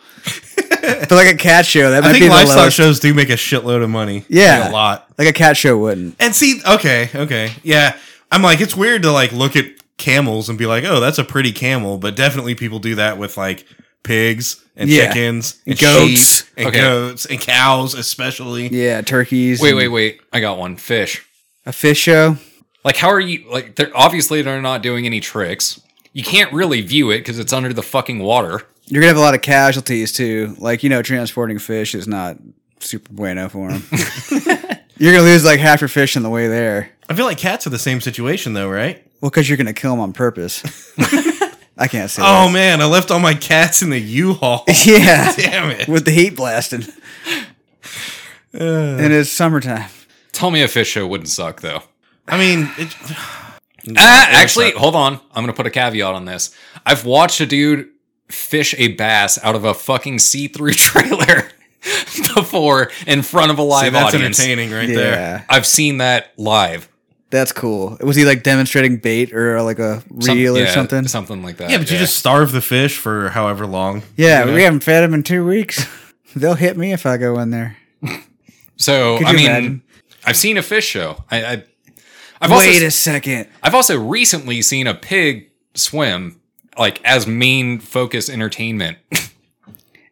B: but like a cat show, that
A: I
B: might
A: think
B: be the
A: livestock
B: lowest.
A: shows do make a shitload of money.
B: Yeah.
A: Like, a lot.
B: Like a cat show wouldn't.
A: And see, okay, okay, yeah. I'm like, it's weird to like look at camels and be like, oh, that's a pretty camel, but definitely people do that with like pigs and
B: Yeah.
A: chickens and
B: Goats.
A: sheep and
C: Okay.
A: goats and cows, especially.
B: Yeah, turkeys.
C: Wait,
B: and-
C: wait, wait. I got one. Fish.
B: A fish show?
C: Like, how are you? Like, they're obviously they're not doing any tricks. You can't really view it because it's under the fucking water.
B: You're going to have a lot of casualties too. Like, you know, transporting fish is not super bueno for them. you're going to lose like half your fish on the way there.
A: I feel like cats are the same situation though, right?
B: Well, because you're going to kill them on purpose. I can't say
A: Oh man, I left all my cats in the U-Haul.
B: that. Yeah.
A: Damn it.
B: With the heat blasting. and it's summertime.
C: Tell me a fish show wouldn't suck though.
A: I mean, it,
C: Ah, actually, hold on. I'm going to put a caveat on this. I've watched a dude fish a bass out of a fucking see-through trailer before in front of a live
A: see, that's
C: audience.
A: entertaining right
B: Yeah.
A: there.
C: I've seen that live.
B: That's cool. Was he like demonstrating bait or like a
C: Some-
B: reel or
C: yeah,
B: something?
C: Something like that.
A: Yeah, but you just starve the fish for however long.
B: yeah, we haven't fed him in two weeks. They'll hit me if I go in there.
C: So,
B: Could
C: I
B: you
C: mean,
B: imagine?
C: I've seen a fish show. I, I, I've,
B: Wait
C: also,
B: a second.
C: I've also recently seen a pig swim, like, as main focus entertainment.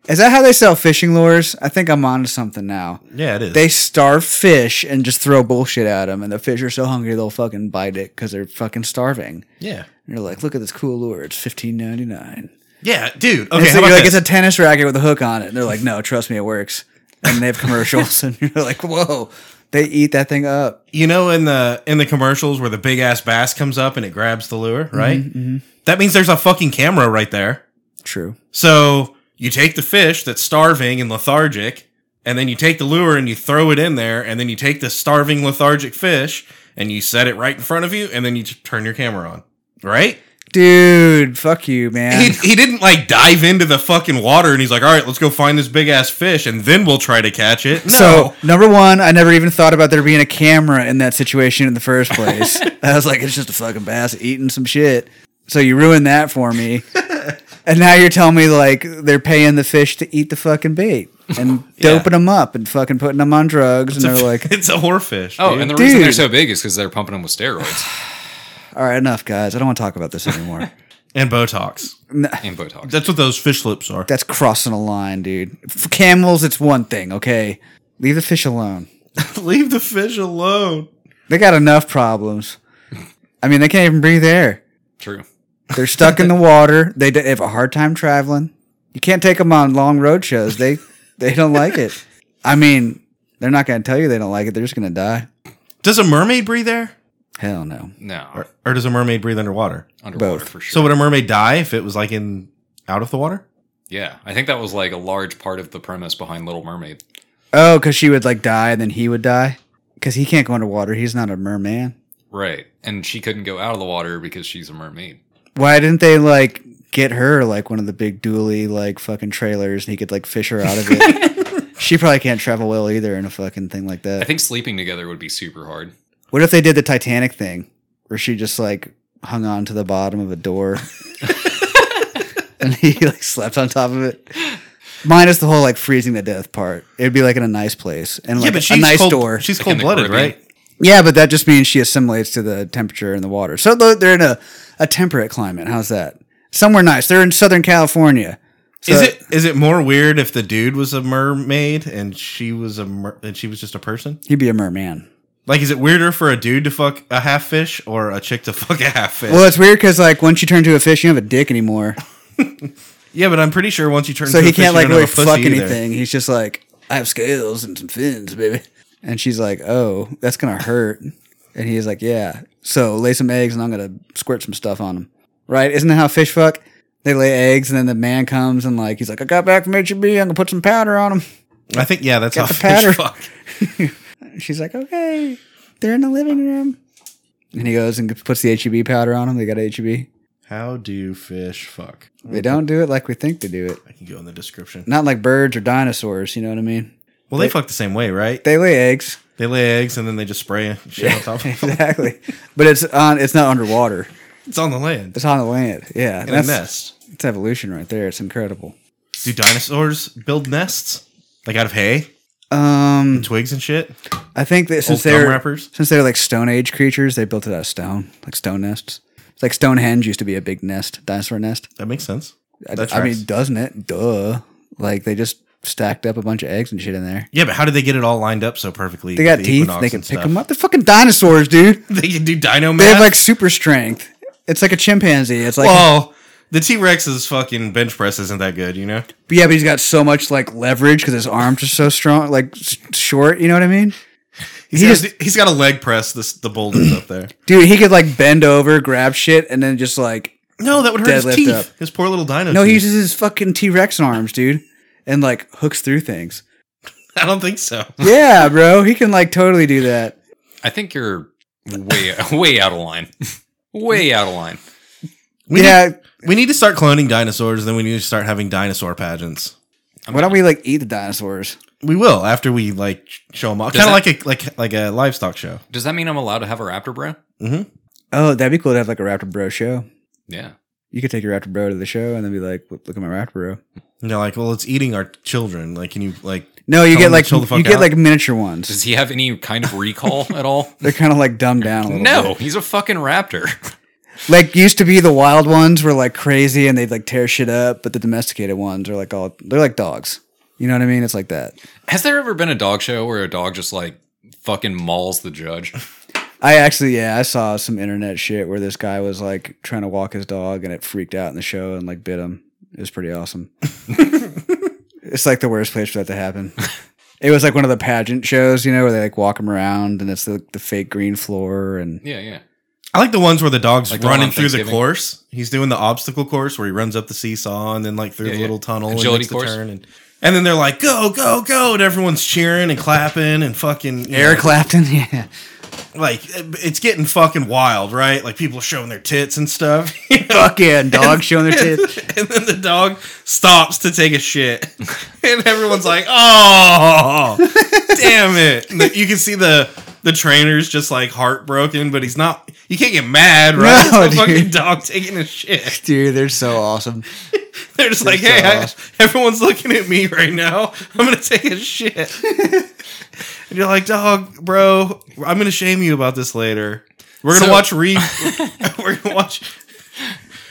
B: Is that how they sell fishing lures? I think I'm onto something now.
A: Yeah, it is.
B: They starve fish and just throw bullshit at them, and the fish are so hungry they'll fucking bite it because they're fucking starving.
A: yeah.
B: And you're like, look at this cool lure. It's fifteen ninety nine.
A: Yeah, dude.
B: And
A: Okay, how
B: so you're
A: about
B: like,
A: this?
B: it's a tennis racket with a hook on it. And they're like, no, trust me, it works. And they have commercials, and you're like, whoa, they eat that thing up.
A: you know in the in the commercials where the big ass bass comes up and it grabs the lure,
B: Mm-hmm,
A: right? That means there's a fucking camera right there.
B: True.
A: So you take the fish that's starving and lethargic, and then you take the lure and you throw it in there, and then you take the starving lethargic fish and you set it right in front of you, and then you just turn your camera on, right?
B: Dude, fuck you,
A: He,
B: man.
A: he didn't like dive into the fucking water and he's like, all right, let's go find this big ass fish and then we'll try to catch it. No.
B: So, number one, I never even thought about there being a camera in that situation in the first place. I was like, it's just a fucking bass eating some shit. So, you ruined that for me. and now you're telling me, like, they're paying the fish to eat the fucking bait. and
A: Yeah.
B: doping them up and fucking putting them on drugs. And
A: It's
B: they're
A: a-
B: like,
A: it's a whorefish.
C: Oh,
A: dude.
C: and the reason they're
B: Dude.
C: so big is because they're pumping them with steroids
B: all right, enough, guys. I don't want to talk about this anymore.
A: and Botox.
C: and Botox.
A: That's what those fish lips are.
B: That's crossing a line, dude. For camels, it's one thing, okay? Leave the fish alone.
A: Leave the fish alone.
B: They got enough problems. I mean, they can't even breathe air.
C: True.
B: They're stuck in the water. They d- have a hard time traveling. You can't take them on long road shows. They they don't like it. I mean, they're not going to tell you they don't like it. They're just going to die.
A: Does a mermaid breathe air,
B: Hell no.
C: No,
A: or, or does a mermaid breathe underwater?
C: underwater
B: both.
C: for sure.
A: So would a mermaid die if it was like in out of the water?
C: yeah, I think that was like a large part of the premise behind Little Mermaid.
B: Oh, because she would like die, and then he would die. Because he can't go underwater. He's not a merman.
C: Right, and she couldn't go out of the water because she's a mermaid.
B: Why didn't they like get her like one of the big dually like fucking trailers, and he could like fish her out of it? she probably can't travel well either in a fucking thing like
C: I
B: that.
C: think sleeping together would be super hard.
B: What if they did the Titanic thing where she just like hung on to the bottom of a door and he like slept on top of it? Minus the whole like freezing to death part. It'd be like in a nice place and like a nice
A: cold,
B: door.
A: She's
C: Like in
A: cold
C: the
A: blooded,
C: Caribbean.
A: right?
B: yeah, but that just means she assimilates to the temperature in the water. So tho- they're in a, a temperate climate. How's that? Somewhere nice. They're in Southern California. So-
A: is it is it more weird if the dude was a mermaid and she was a mer- and she was just a person?
B: He'd be a merman.
A: Like, is it weirder for a dude to fuck a half fish or a chick to fuck a half fish?
B: Well, it's weird because like once you turn to a fish, you don't have a dick anymore.
A: yeah, but I'm pretty sure once you turn,
B: so
A: into
B: he
A: a fish,
B: can't
A: you
B: like
A: don't
B: really
A: have a pussy
B: fuck
A: either.
B: anything. He's just like, I have scales and some fins, baby. And she's like, Oh, that's gonna hurt. And he's like, Yeah. So lay some eggs, and I'm gonna squirt some stuff on them. Right? Isn't that how fish fuck? They lay eggs, and then the man comes and like he's like, I got back from HB. I'm gonna put some powder on them.
A: I think yeah, that's how
B: the
A: fish
B: pattern.
A: fuck.
B: She's like, Okay. They're in the living room. And he goes and puts the HEB powder on them. They got HEB.
A: How do fish fuck?
B: They don't do it like we think they do it.
A: I can go in the description.
B: Not like birds or dinosaurs. You know what I mean?
A: Well, they fuck the same way, right?
B: They lay eggs.
A: They lay eggs and then they just spray shit on top of them.
B: exactly. But it's on. It's not underwater.
A: It's on the land.
B: It's on the land. Yeah,
A: In a nest.
B: It's evolution right there. It's incredible.
A: Do dinosaurs build nests? Like out of hay,
B: Um,
A: twigs and shit?
B: I think that
A: Old
B: since
A: gum
B: they're
A: wrappers?
B: since they're like Stone Age creatures, they built it out of stone, like stone nests. It's like Stonehenge used to be a big nest, dinosaur nest.
A: That makes sense.
B: I,
A: That
B: I mean,
A: tracks.
B: doesn't it? Duh. Like they just stacked up a bunch of eggs and shit in there.
A: Yeah, but how did they get it all lined up so perfectly?
B: They got
A: the
B: teeth.
A: equinox
B: They can
A: and
B: pick
A: stuff?
B: them up. They're fucking dinosaurs, dude.
A: They can do dino math.
B: They have like super strength. It's like a chimpanzee. It's like
A: well, the T Rex's fucking bench press isn't that good, you know.
B: But yeah, but he's got so much like leverage because his arms are so strong, like s- short. You know what I mean?
A: He's
B: He
A: got,
B: just-
A: he's got a leg press. This the boulders up there.
B: Dude, he could like bend over, grab shit, and then just like
A: No, that would hurt his
B: Deadlift
A: teeth.
B: up.
A: His poor little dino.
B: no, he
A: teeth.
B: uses his fucking T Rex arms, dude, and like hooks through things.
A: I don't think so.
B: Yeah, bro, he can like totally do that.
C: I think you're way way out of line. way out of line.
A: We
B: yeah,
A: need, we need to start cloning dinosaurs. Then we need to start having dinosaur pageants.
B: why don't we like eat the dinosaurs?
A: We will after we like show them off,
C: Does
A: kind of like a like like a livestock show.
C: Does that mean I'm allowed to have a raptor, bro?
B: Oh, that'd be cool to have like a Raptor Bro show.
C: Yeah.
B: You could take your Raptor Bro to the show and then be like, "Look look at my Raptor Bro."
A: And they're like, well, it's eating our children. Like, can you like?
B: No, you
A: Tell
B: get
A: him to
B: like
A: chill the fuck
B: you get
A: out.
B: like miniature ones.
C: Does he have any kind of recall at all?
B: They're kind of like dumbed down a little. bit.
C: No, he's a fucking raptor.
B: like used to be the wild ones were like crazy and they'd like tear shit up, but the domesticated ones are like all they're like dogs. You know what I mean? It's like that.
C: Has there ever been a dog show where a dog just like fucking mauls the judge?
B: I actually yeah, I saw some internet shit where this guy was like trying to walk his dog and it freaked out in the show and like bit him. It was pretty awesome. it's like the worst place for that to happen. It was like one of the pageant shows, you know, where they like walk him around and it's the, the fake green floor and
C: Yeah, yeah.
A: I like the ones where the dog's
C: Like the one
A: running
C: on
A: through the
C: Thanksgiving.
A: course. He's doing the obstacle course where he runs up the seesaw and then like through
C: Yeah,
A: the
C: yeah.
A: little tunnel
C: Agility
A: and makes the
C: course.
A: turn and and then they're like go go go and everyone's cheering and clapping and fucking you
B: Eric
A: know,
B: Clapton. Yeah,
A: like it's getting fucking wild, right? Like people are showing their tits and stuff.
B: fuck yeah, and dogs showing their
A: and
B: tits.
A: then the dog stops to take a shit, and everyone's like, "Oh, damn it!" And the- you can see the the trainer's just like heartbroken, but he's not. You can't get mad, right?
B: No,
A: it's the
B: dude.
A: fucking dog taking a shit.
B: Dude, they're so awesome.
A: They're just like,
B: so
A: hey, I-
B: awesome.
A: everyone's looking at me right now. I'm gonna take a shit. and you're like, dog, bro, I'm gonna shame you about this later. We're gonna
C: So-
A: watch re. we're gonna watch.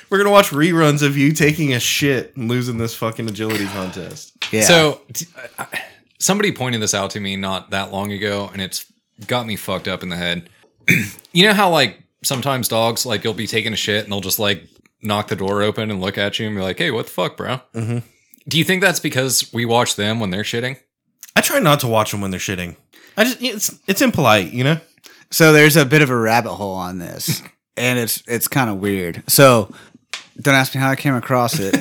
A: We're gonna watch reruns of you taking a shit and losing this fucking agility contest.
B: Yeah.
C: So t- I- I- somebody pointed this out to me not that long ago, and it's got me fucked up in the head. you know how like sometimes dogs like you'll be taking a shit and they'll just like knock the door open and look at you and be like, "Hey, what the fuck, bro?"
B: Mm-hmm.
A: Mhm.
C: Do you think that's because we watch them when they're shitting?
A: I try not to watch them when they're shitting. I just it's it's impolite, you know.
B: So there's a bit of a rabbit hole on this, and it's it's kind of weird. So don't ask me how I came across it,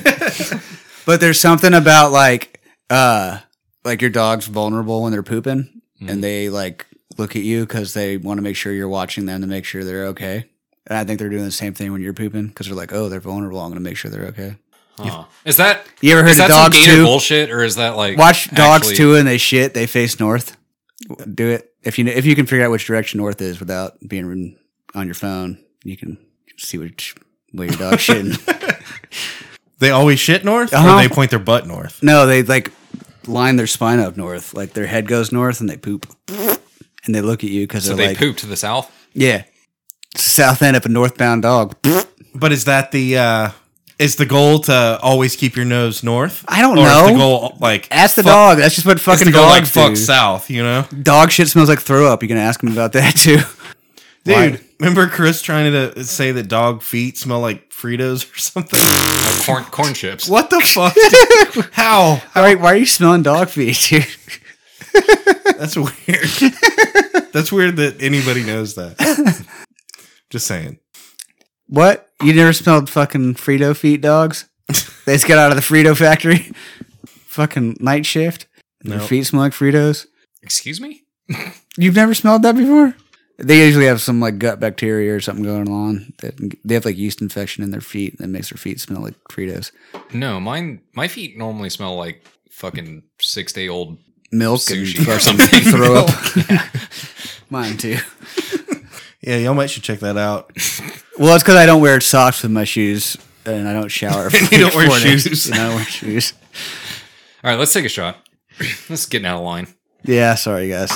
B: but there's something about like uh like your dog's vulnerable when they're pooping,
C: Mm.
B: and they like look at you because they want to make sure you're watching them to make sure they're okay. And I think they're doing the same thing when you're pooping because they're like, oh, they're vulnerable. I'm gonna make sure they're okay.
C: Huh. Is that
B: You ever heard
C: is
B: of
C: that some
B: dogs
C: gator
B: too?
C: bullshit or is that like
B: Watch dogs
C: actually-
B: too, and they shit. They face north. Do it if you if you can figure out which direction north is without being on your phone. You can see which way your dog's shitting.
A: They always shit north,
B: Uh-huh.
A: or they point their butt north.
B: no, they like line their spine up north. Like their head goes north, and they poop. And they look at you because
C: So
B: they're
C: they
B: like,
C: poop to the south.
B: yeah, south end of a northbound dog.
A: But is that the uh is the goal to always keep your nose north?
B: I don't
A: Or is the
B: know.
A: goal like
B: Ask the
A: fuck-
B: dog. That's just what
A: is
B: fucking
A: the goal like
B: dogs
A: fuck
B: do.
A: south? You know,
B: Dog shit smells like throw up. You can ask him about that too.
A: dude.
B: Why?
A: Remember Chris trying to say that dog feet smell like Fritos or something?
C: Uh, corn corn chips.
A: what the fuck? dude? How?
B: All right, why are you smelling dog feet, dude?
A: That's weird. That's weird that anybody knows that. Just saying.
B: What? You never smelled fucking Frito feet dogs? they just got out of the Frito factory. fucking night shift. Their
A: Nope.
B: feet smell like Fritos.
C: Excuse me?
B: You've never smelled that before? They usually have some like gut bacteria or something going on. That they have like yeast infection in their feet that makes their feet smell like Fritos.
C: No, mine my feet normally smell like fucking six day old
B: Milk
C: Sushi
B: and
C: or
B: fucking
C: something.
B: Throw up. Mine too.
A: Yeah, y'all might should check that out.
B: Well, it's because I don't wear socks with my shoes and I don't shower. for
A: You don't wear
B: four days.
A: shoes.
B: And I don't wear shoes.
C: All right, let's take a shot. this is getting out of line.
B: Yeah, sorry guys.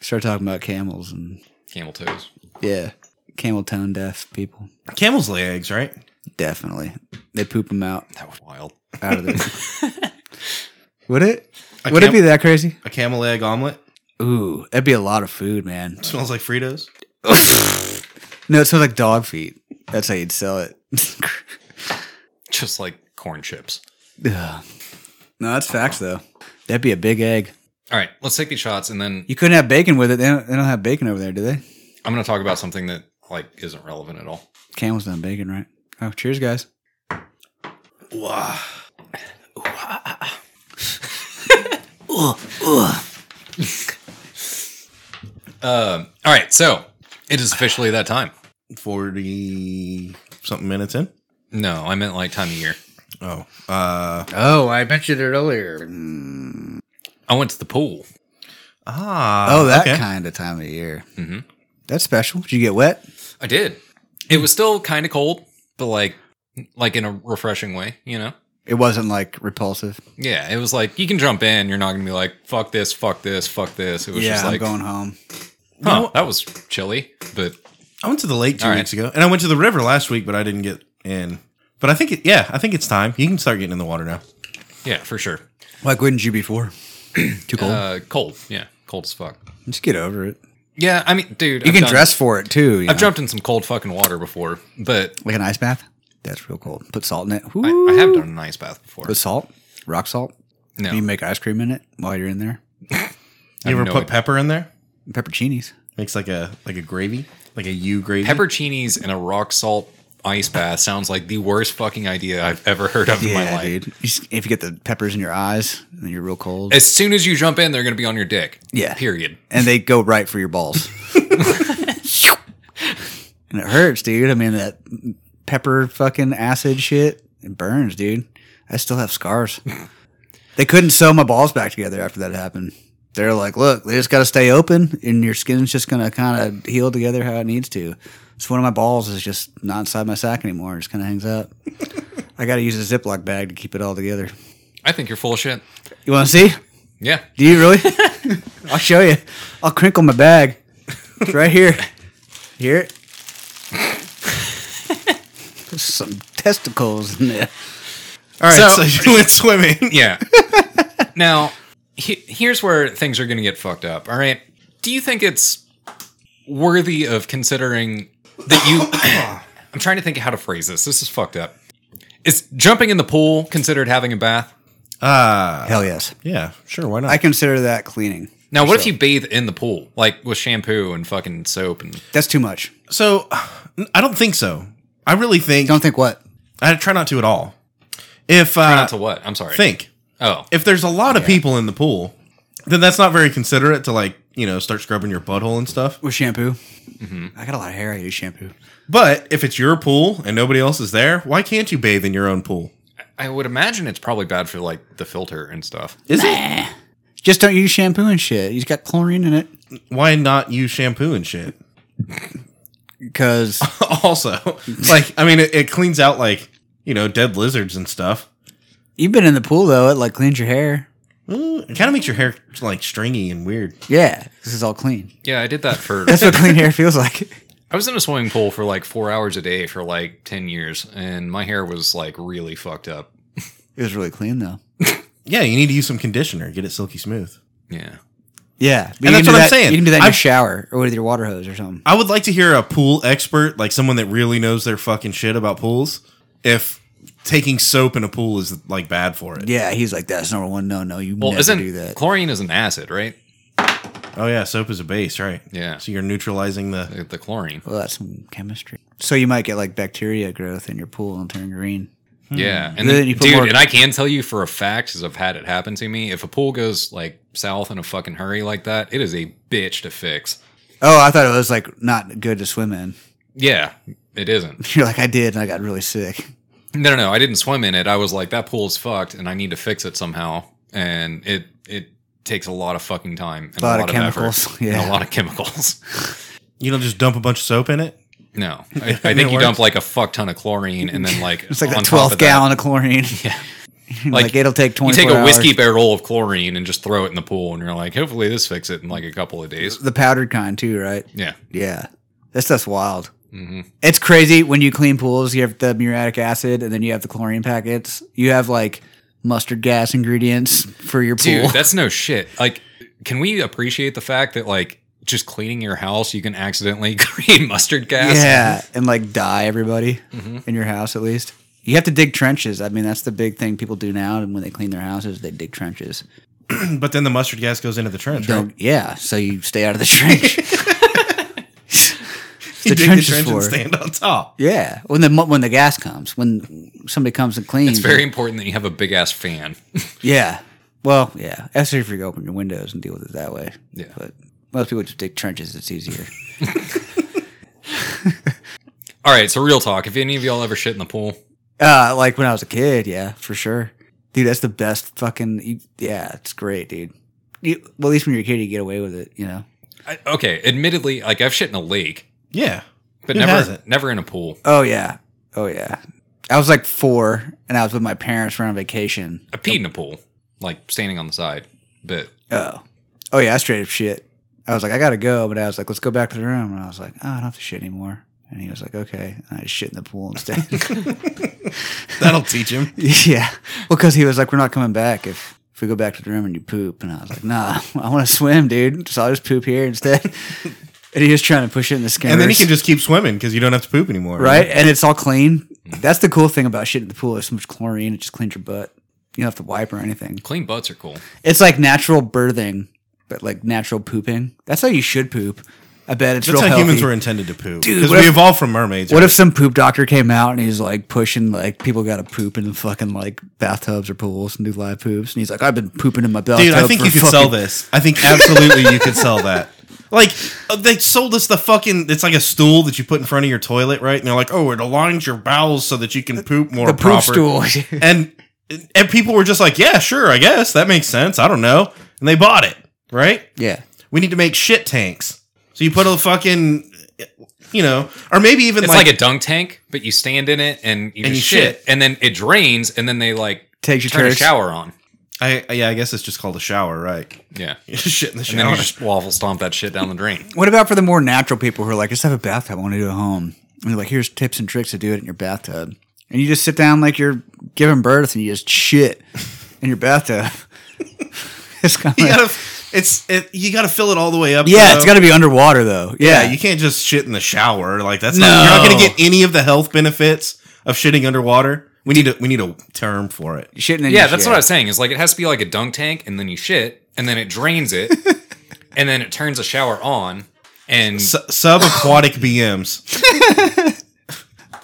B: Start talking about camels and
C: Camel toes.
B: Yeah. Camel tone deaf people.
A: Camels lay eggs, right?
B: Definitely. They poop them out
C: That was wild.
B: out of the. Would it?
A: A
B: Would it
A: cam-
B: be that crazy?
A: A camel egg omelet
B: Ooh, that'd be a lot of food, man.
A: smells like Fritos.
B: No, it smells like dog feet. That's how you'd sell it.
C: Just like corn chips.
B: Ugh. no, that's facts though. That'd be a big egg.
C: All right, let's take these shots and then
B: You couldn't have bacon with it. They don't, they don't have bacon over there, do they?
C: I'm going to talk about something that like isn't relevant at all.
B: Camels don't have bacon, right? Oh, cheers, guys.
A: Wow.
C: Um, all right, so it is officially that time.
A: Forty something minutes in.
C: No, I meant like time of year.
A: Oh, uh,
B: Oh, I mentioned it earlier. Mm.
C: I went to the pool.
A: ah,
B: Oh, that
A: okay.
B: kind of time of year.
C: Mhm.
B: That's special. Did you get wet?
C: I did. It was still kind of cold, but like like in a refreshing way, you know.
B: It wasn't like repulsive.
C: Yeah, it was like you can jump in. You're not gonna be like fuck this, fuck this, fuck this. It was just
B: I'm
C: like,
B: going home.
C: huh, that was chilly, but
A: I went to the lake two
C: All right.
A: weeks ago, and I went to the river last week, but I didn't get in. But I think, it, yeah, I think it's time. You can start getting in the water now.
C: yeah, for sure.
B: Like, wouldn't you before? Too cold.
C: Uh, cold. Yeah, cold as fuck.
B: Just get over it.
C: Yeah, I mean, dude,
B: You
C: I've
B: can
C: done-
B: dress for it too. you
C: I've
B: know?
C: jumped in some cold fucking water before, but
B: like an ice bath. That's real cold. Put salt in it.
C: I, I have done an ice bath before.
B: Put salt, rock salt.
C: No,
B: You make ice cream in it while you're in there.
A: You ever
C: no
A: put
C: idea.
A: pepper in there?
B: Pepperoncinis.
A: Makes like a like a gravy, like a U gravy.
C: pepperoncinis in a rock salt ice bath sounds like the worst fucking idea I've ever heard of in my life.
B: dude. You just- if you get the peppers in your eyes, then you're real cold.
C: As soon as you jump in, they're gonna be on your dick.
B: Yeah.
C: Period.
B: and they go right for your balls. and it hurts, dude. I mean, that pepper fucking acid shit, it burns, dude. I still have scars. they couldn't sew my balls back together after that happened. They're like, look, they just got to stay open and your skin's just going to kind of heal together how it needs to. So one of my balls is just not inside my sack anymore. It just kind of hangs out. I got to use a Ziploc bag to keep it all together.
C: I think you're full of shit.
B: You want to see?
C: Yeah.
B: Do you really? I'll show you. I'll crinkle my bag. It's right here. Hear it? There's some testicles in there.
A: All right, so,
C: So-
A: you went swimming.
C: Yeah. now, he- here's where things are going to get fucked up. All right. Do you think it's worthy of considering that you. I'm trying to think of how to phrase this. This is fucked up. Is jumping in the pool considered having a bath?
A: Uh,
B: Hell yes.
A: yeah, sure. Why not?
B: I consider that cleaning.
C: Now, what if you bathe in the pool, like with shampoo and fucking soap? And
B: That's too much.
A: so I don't think so. I really think
B: Don't think what?
A: I try not to at all. If uh,
C: not to what? I'm sorry.
A: think
C: Oh,
A: if there's a lot of people in the pool, then that's not very considerate to like you know start scrubbing your butthole and stuff.
B: With shampoo.
A: Mm-hmm.
B: I got a lot of hair. I use shampoo.
A: But if it's your pool and nobody else is there, why can't you bathe in your own pool?
C: I would imagine it's probably bad for like the filter and stuff.
A: Is it?
B: Just don't use shampoo and shit. You've got chlorine in it.
A: Why not use shampoo and shit?
B: Because
A: also, like I mean, it, it cleans out like you know dead lizards and stuff.
B: you've been in the pool though. It like cleans your hair.
A: Mm, It kind of makes your hair like stringy and weird.
B: Yeah, this is all clean.
C: Yeah, I did that for.
B: That's what clean hair feels like.
C: I was in a swimming pool for like four hours a day for like 10 years, and my hair was like really fucked up.
B: It was really clean though.
A: Yeah, you need to use some conditioner, get it silky smooth.
C: Yeah.
B: Yeah, but
A: And
B: you
A: that's
B: can do
A: what I'm
B: that-
A: saying.
B: You can do that in your
A: I've-
B: shower or with your water hose or something.
A: I would like to hear a pool expert, like someone that really knows their fucking shit about pools, if taking soap in a pool is like bad for it.
B: Yeah, he's like that's number one. No, no, you
C: Well,
B: never
C: isn't
B: do that.
C: chlorine is an acid, right?
A: Oh yeah, soap is a base, right?
C: Yeah.
A: So you're neutralizing the
C: The, the chlorine.
B: well, that's some chemistry. So you might get like bacteria growth in your pool and turn green.
C: Yeah. And
B: Hmm. Then
C: then,
B: you put
C: dude,
B: more-
C: and I can tell you for a fact, because I've had it happen to me, if a pool goes like south in a fucking hurry like that, it is a bitch to fix.
B: Oh, I thought it was like not good to swim in.
C: Yeah, it isn't.
B: You're like I did, and I got really sick.
C: No, no, no. I didn't swim in it. I was like, that pool's fucked, and I need to fix it somehow. And it, it, Takes a lot of fucking time and a lot, of,
B: chemicals,
C: effort and
B: yeah.
C: a lot of chemicals.
A: you don't just dump a bunch of soap in it.
C: No, I, I
A: it
C: think you
A: works.
C: dump like a fuck ton of chlorine, and then like
B: It's like
C: on
B: that
C: top
B: twelfth
C: of that,
B: gallon of chlorine. Yeah, like,
C: Like,
B: it'll take
C: you
B: twenty.
C: take a whiskey
B: Hours.
C: barrel of chlorine and just throw it in the pool, and you're like, hopefully this fix it in like a couple of days.
B: The powdered kind too, right?
C: Yeah,
B: Yeah, that stuff's wild.
C: hmm
B: It's crazy when you clean pools. You have the muriatic acid, and then you have the chlorine packets. You have like mustard gas ingredients for your
C: dude,
B: pool.
C: that's no shit. Like, can we appreciate the fact that like just cleaning your house, you can accidentally create mustard gas?
B: yeah, and like dye everybody
C: Mm-hmm.
B: in your house at least. You have to dig trenches. I mean, that's the big thing people do now. And when they clean their houses, they dig trenches.
A: But then the mustard gas goes into the trench, right?
B: Don't, yeah, so you stay out of the trench.
A: You
B: the
A: dig
B: trench is
A: and
B: for.
A: stand on top.
B: yeah, when the mu- when the gas comes, when somebody comes and cleans,
C: it's very important that you have a big ass fan.
B: Yeah. Well, yeah. That's if you open your windows and deal with it that way.
C: Yeah.
B: But most people just dig trenches. It's easier.
C: All right, so real talk. If any of y'all ever shit in the pool,
B: uh, like when I was a kid, yeah, for sure. Dude, that's the best fucking. You, yeah, it's great, dude. You, well, at least when you're a kid, you get away with it, you know.
C: I, okay, admittedly, like I've shit in a lake,
A: Yeah.
C: but
A: Who
C: never,
A: hasn't?
C: never in a pool.
B: Oh yeah, oh yeah. I was like four, and I was with my parents. We're on vacation.
C: I peed in a pool, like standing on the side, but
B: Oh, oh yeah. I straight up shit. I was like, I gotta go, but I was like, let's go back to the room. And I was like, oh, I don't have to shit anymore. And he was like, okay. And I just shit in the pool instead.
A: That'll teach him.
B: Yeah. Well, because he was like, we're not coming back if, if we go back to the room and you poop. And I was like, nah, I want to swim, dude. So I'll just poop here instead. and he was trying to push it in the skin.
A: And then he can just keep swimming because you don't have to poop anymore.
B: Right? And it's all clean. That's the cool thing about shit in the pool. There's so much chlorine. It just cleans your butt. You don't have to wipe or anything.
C: clean butts are cool.
B: It's like natural birthing, but like natural pooping. That's how you should poop. I bet it's
A: That's
B: real
A: how
B: healthy.
A: humans were intended to poop.
B: Dude,
A: Because
B: what
A: we
B: if-
A: evolved from mermaids.
B: What
A: right?
B: if some poop doctor came out and he's like pushing like people got to poop in fucking like bathtubs or pools and do live poops and he's like I've been pooping in my bathtub.
A: Dude, I think
B: for
A: you could
B: fucking-
A: sell this. I think absolutely you could sell that. Like uh, they sold us the fucking. It's like a stool that you put in front of your toilet, right? And they're like, "Oh, it aligns your bowels so that you can poop more
B: the poop
A: proper."
B: stool.
A: And and people were just like, "Yeah, sure, I guess that makes sense. I don't know." And they bought it, right?
B: yeah,
A: We need to make shit tanks. So you put a fucking you know, or maybe even
C: It's like, a dunk tank, but you stand in it and you,
A: And
C: just
A: you
C: shit, and then it drains, and then they like
B: Takes your
C: turn a
B: turds.
C: shower on.
A: I yeah, I guess it's just called a shower, right?
C: Yeah,
A: You just shit in the
C: and then
A: shower.
C: you just waffle stomp that shit down the drain.
B: What about for the more natural people who are like, just have a bathtub, I want to do it at home? And they're like, here's tips and tricks to do it in your bathtub. And you just sit down like you're giving birth and you just shit in your bathtub. it's kind of
A: you gotta, it's it, you gotta fill it all the way up.
B: yeah, it's
A: though.
B: got to be underwater though. Yeah,
A: Yeah, you can't just shit in the shower. Like that's
B: No.
A: not, you're not gonna get any of the health benefits of shitting underwater. We need a we need a term for it.
B: shitting in
C: Yeah,
B: your
C: that's
B: shit.
C: what I was saying. Is like it has to be like a dunk tank, and then you shit, and then it drains it, and then it turns a shower on, and
A: S- Sub aquatic BMs.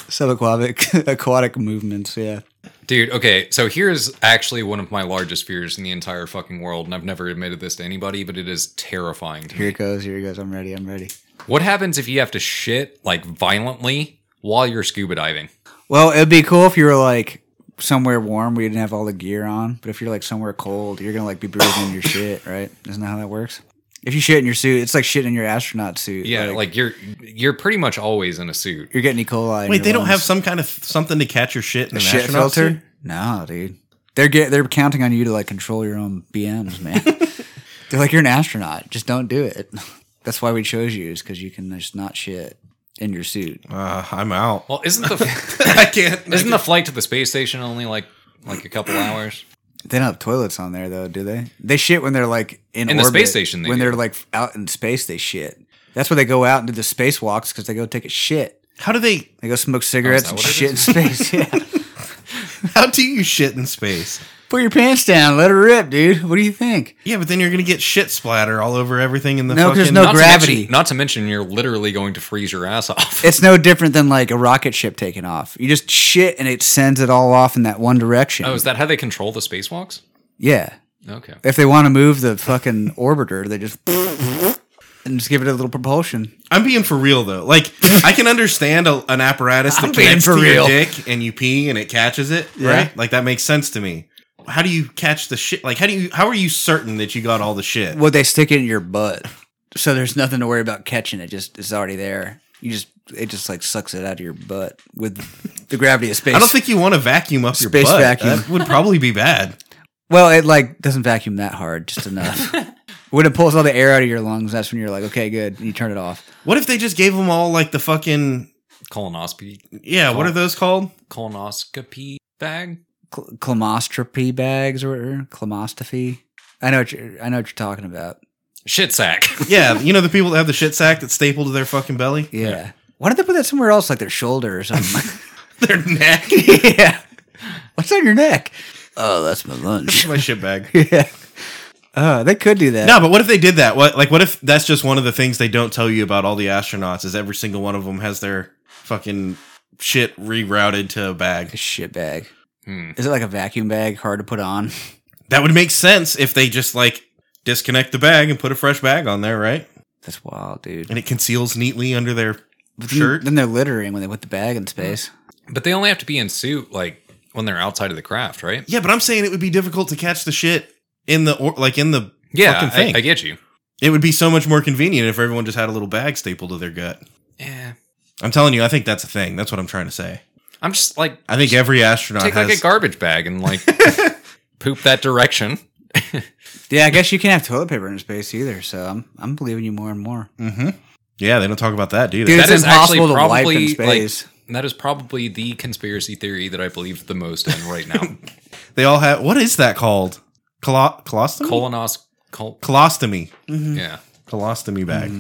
B: subaquatic aquatic movements. Yeah,
C: Dude, okay, so here's actually one of my largest fears in the entire fucking world, and I've never admitted this to anybody, but it is terrifying to me.
B: here it goes. Here it goes. I'm ready. I'm ready.
C: What happens if you have to shit like violently while you're scuba diving?
B: Well, it'd be cool if you were like somewhere warm where you didn't have all the gear on. But if you're like somewhere cold, you're gonna like be breathing your shit, right? Isn't that how that works? If you shit in your suit, it's like shit in your astronaut suit.
C: Yeah, like, you're you're pretty much always in a suit.
B: you're getting E. coli. in
A: Wait,
B: your
A: they don't
B: lungs.
A: have some kind of something to catch your shit in
B: a
A: the
B: shit
A: astronaut
B: filter.
A: suit?
B: No, dude, they're get they're counting on you to like control your own BMs, man. they're like you're an astronaut. Just don't do it. That's why we chose you is because you can just not shit in your suit.
A: Uh, I'm out.
C: Well, isn't the
A: I can't.
C: isn't the flight to the space station only like like a couple hours?
B: They don't have toilets on there though, do they? They shit when they're like in,
C: In the
B: orbit.
C: space station they
B: when
C: do.
B: they're like out in space, they shit. That's where they go out and do the spacewalks because they go take a shit.
A: How do they?
B: They go smoke cigarettes and
C: Oh, what it
B: shit in space. yeah,
A: How do you shit in space?
B: put your pants down, let it rip, dude. What do you think?
A: Yeah, but then you're gonna get shit splatter all over everything in the
B: No, 'cause
A: fucking.
B: no-
C: Not to
B: gravity.
C: mention- not to mention you're literally going to freeze your ass off.
B: It's no different than like a rocket ship taking off. You just shit and it sends it all off in that one direction.
C: Oh, is that how they control the spacewalks?
B: yeah.
C: Okay.
B: If they want to move the fucking orbiter, they just and just give it a little propulsion.
A: I'm being for real though. Like I can understand a, an apparatus that
B: I'm being
A: connects
B: for
A: to
B: real.
A: your dick and you pee and it catches it,
B: Yeah.
A: right? Like that makes sense to me. How do you catch the shit? Like how do you? How are you certain that you got all the shit?
B: Well, they stick it in your butt, so there's nothing to worry about catching. It just it's already there. You just it just like sucks it out of your butt with the gravity of space.
A: I don't think you want to vacuum up your
B: Space
A: butt.
B: vacuum.
A: That would probably be bad.
B: Well, it like doesn't vacuum that hard, just enough. when it pulls all the air out of your lungs, that's when you're like, okay, good. And you turn it off.
A: What if they just gave them all like the fucking
C: Colonoscopy
A: yeah? What are those called?
C: colonoscopy bag?
B: Cl- clomostropy bags or whatever. Clomostophy. I know what you're, I know what you're talking about.
C: Shit sack.
A: Yeah, you know the people that have the shit sack that's stapled to their fucking belly,
B: Yeah. Why don't they put that somewhere else, like their shoulder or something?
A: their neck.
B: yeah. What's on your neck? Oh, that's my lunch.
A: My shit bag.
B: yeah. Uh, they could do that.
A: No, but what if they did that? What like what if that's just one of the things they don't tell you about all the astronauts is every single one of them has their fucking shit rerouted to a
B: A
A: bag.
B: shit bag.
C: Hmm.
B: Is it like a vacuum bag hard to put on?
A: That would make sense if they just like disconnect the bag and put a fresh bag on there, right?
B: That's wild, dude.
A: And it conceals neatly under their
B: But then,
A: shirt.
B: then they're littering when they put the bag in space.
C: But they only have to be in suit like when they're outside of the craft, right?
A: Yeah, but I'm saying it would be difficult to catch the shit in the or, like in the
C: Yeah,
A: fucking
C: I,
A: thing.
C: I get you.
A: it would be so much more convenient if everyone just had a little bag stapled to their gut.
C: Yeah,
A: I'm telling you, I think that's a thing. That's what I'm trying to say.
C: I'm just like
A: I think every astronaut
C: take
A: has
C: like a garbage bag and like poop that direction.
B: Yeah, I guess you can't have toilet paper in space either. So I'm I'm believing you more and more.
A: hmm Yeah, they don't talk about that, do they?
B: Dude,
C: That
B: it's
C: is actually
B: impossible to wipe in
C: probably, like-
B: space.
C: That is probably the conspiracy theory that I believe the most in right now.
A: They all have what is that called? Colo- colostomy.
C: Colonos, col-
A: colostomy.
C: yeah,
A: Colostomy bag.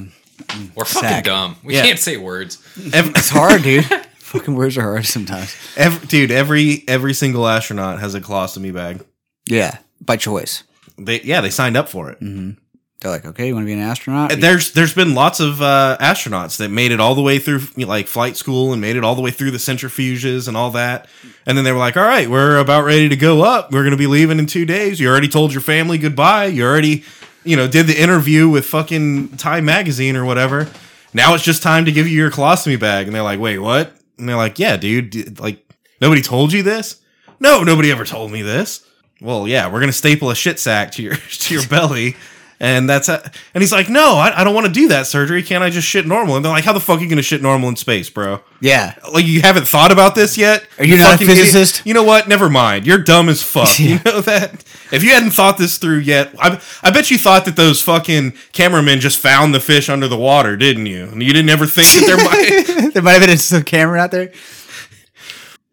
C: we're fucking
B: Sack.
C: dumb. We
A: Yeah.
C: can't say words.
A: Ev-
B: it's hard, dude. Fucking words are hard sometimes.
A: ev- dude, every every single astronaut has a colostomy bag.
B: Yeah, by choice.
A: They yeah, they signed up for it.
B: They're like, okay, you want to be an astronaut?
A: And There's there's been lots of uh, astronauts that made it all the way through you know, like flight school and made it all the way through the centrifuges and all that. And then they were like, "All right, we're about ready to go up. We're going to be leaving in 2 days. You already told your family goodbye. You already, you know, did the interview with fucking Time magazine or whatever. Now it's just time to give you your colostomy bag." And they're like, "Wait, what?" And they're like, "Yeah, dude, d- like nobody told you this?" "No, nobody ever told me this." Well, yeah, we're going to staple a shit sack to your to your belly And that's a, and he's like, no, I, I don't want to do that surgery. Can't I just shit normal? And they're like, how the fuck are you gonna shit normal in space, bro?
B: Yeah.
A: Like you haven't thought about this yet.
B: Are you not a
A: fucking idiot.
B: physicist?
A: You know what? Never mind. You're dumb as fuck. You know that. If you hadn't thought this through yet, I, I bet you thought that those fucking cameramen just found the fish under the water, didn't you? And you didn't ever think that there might.
B: there might have been some camera out there.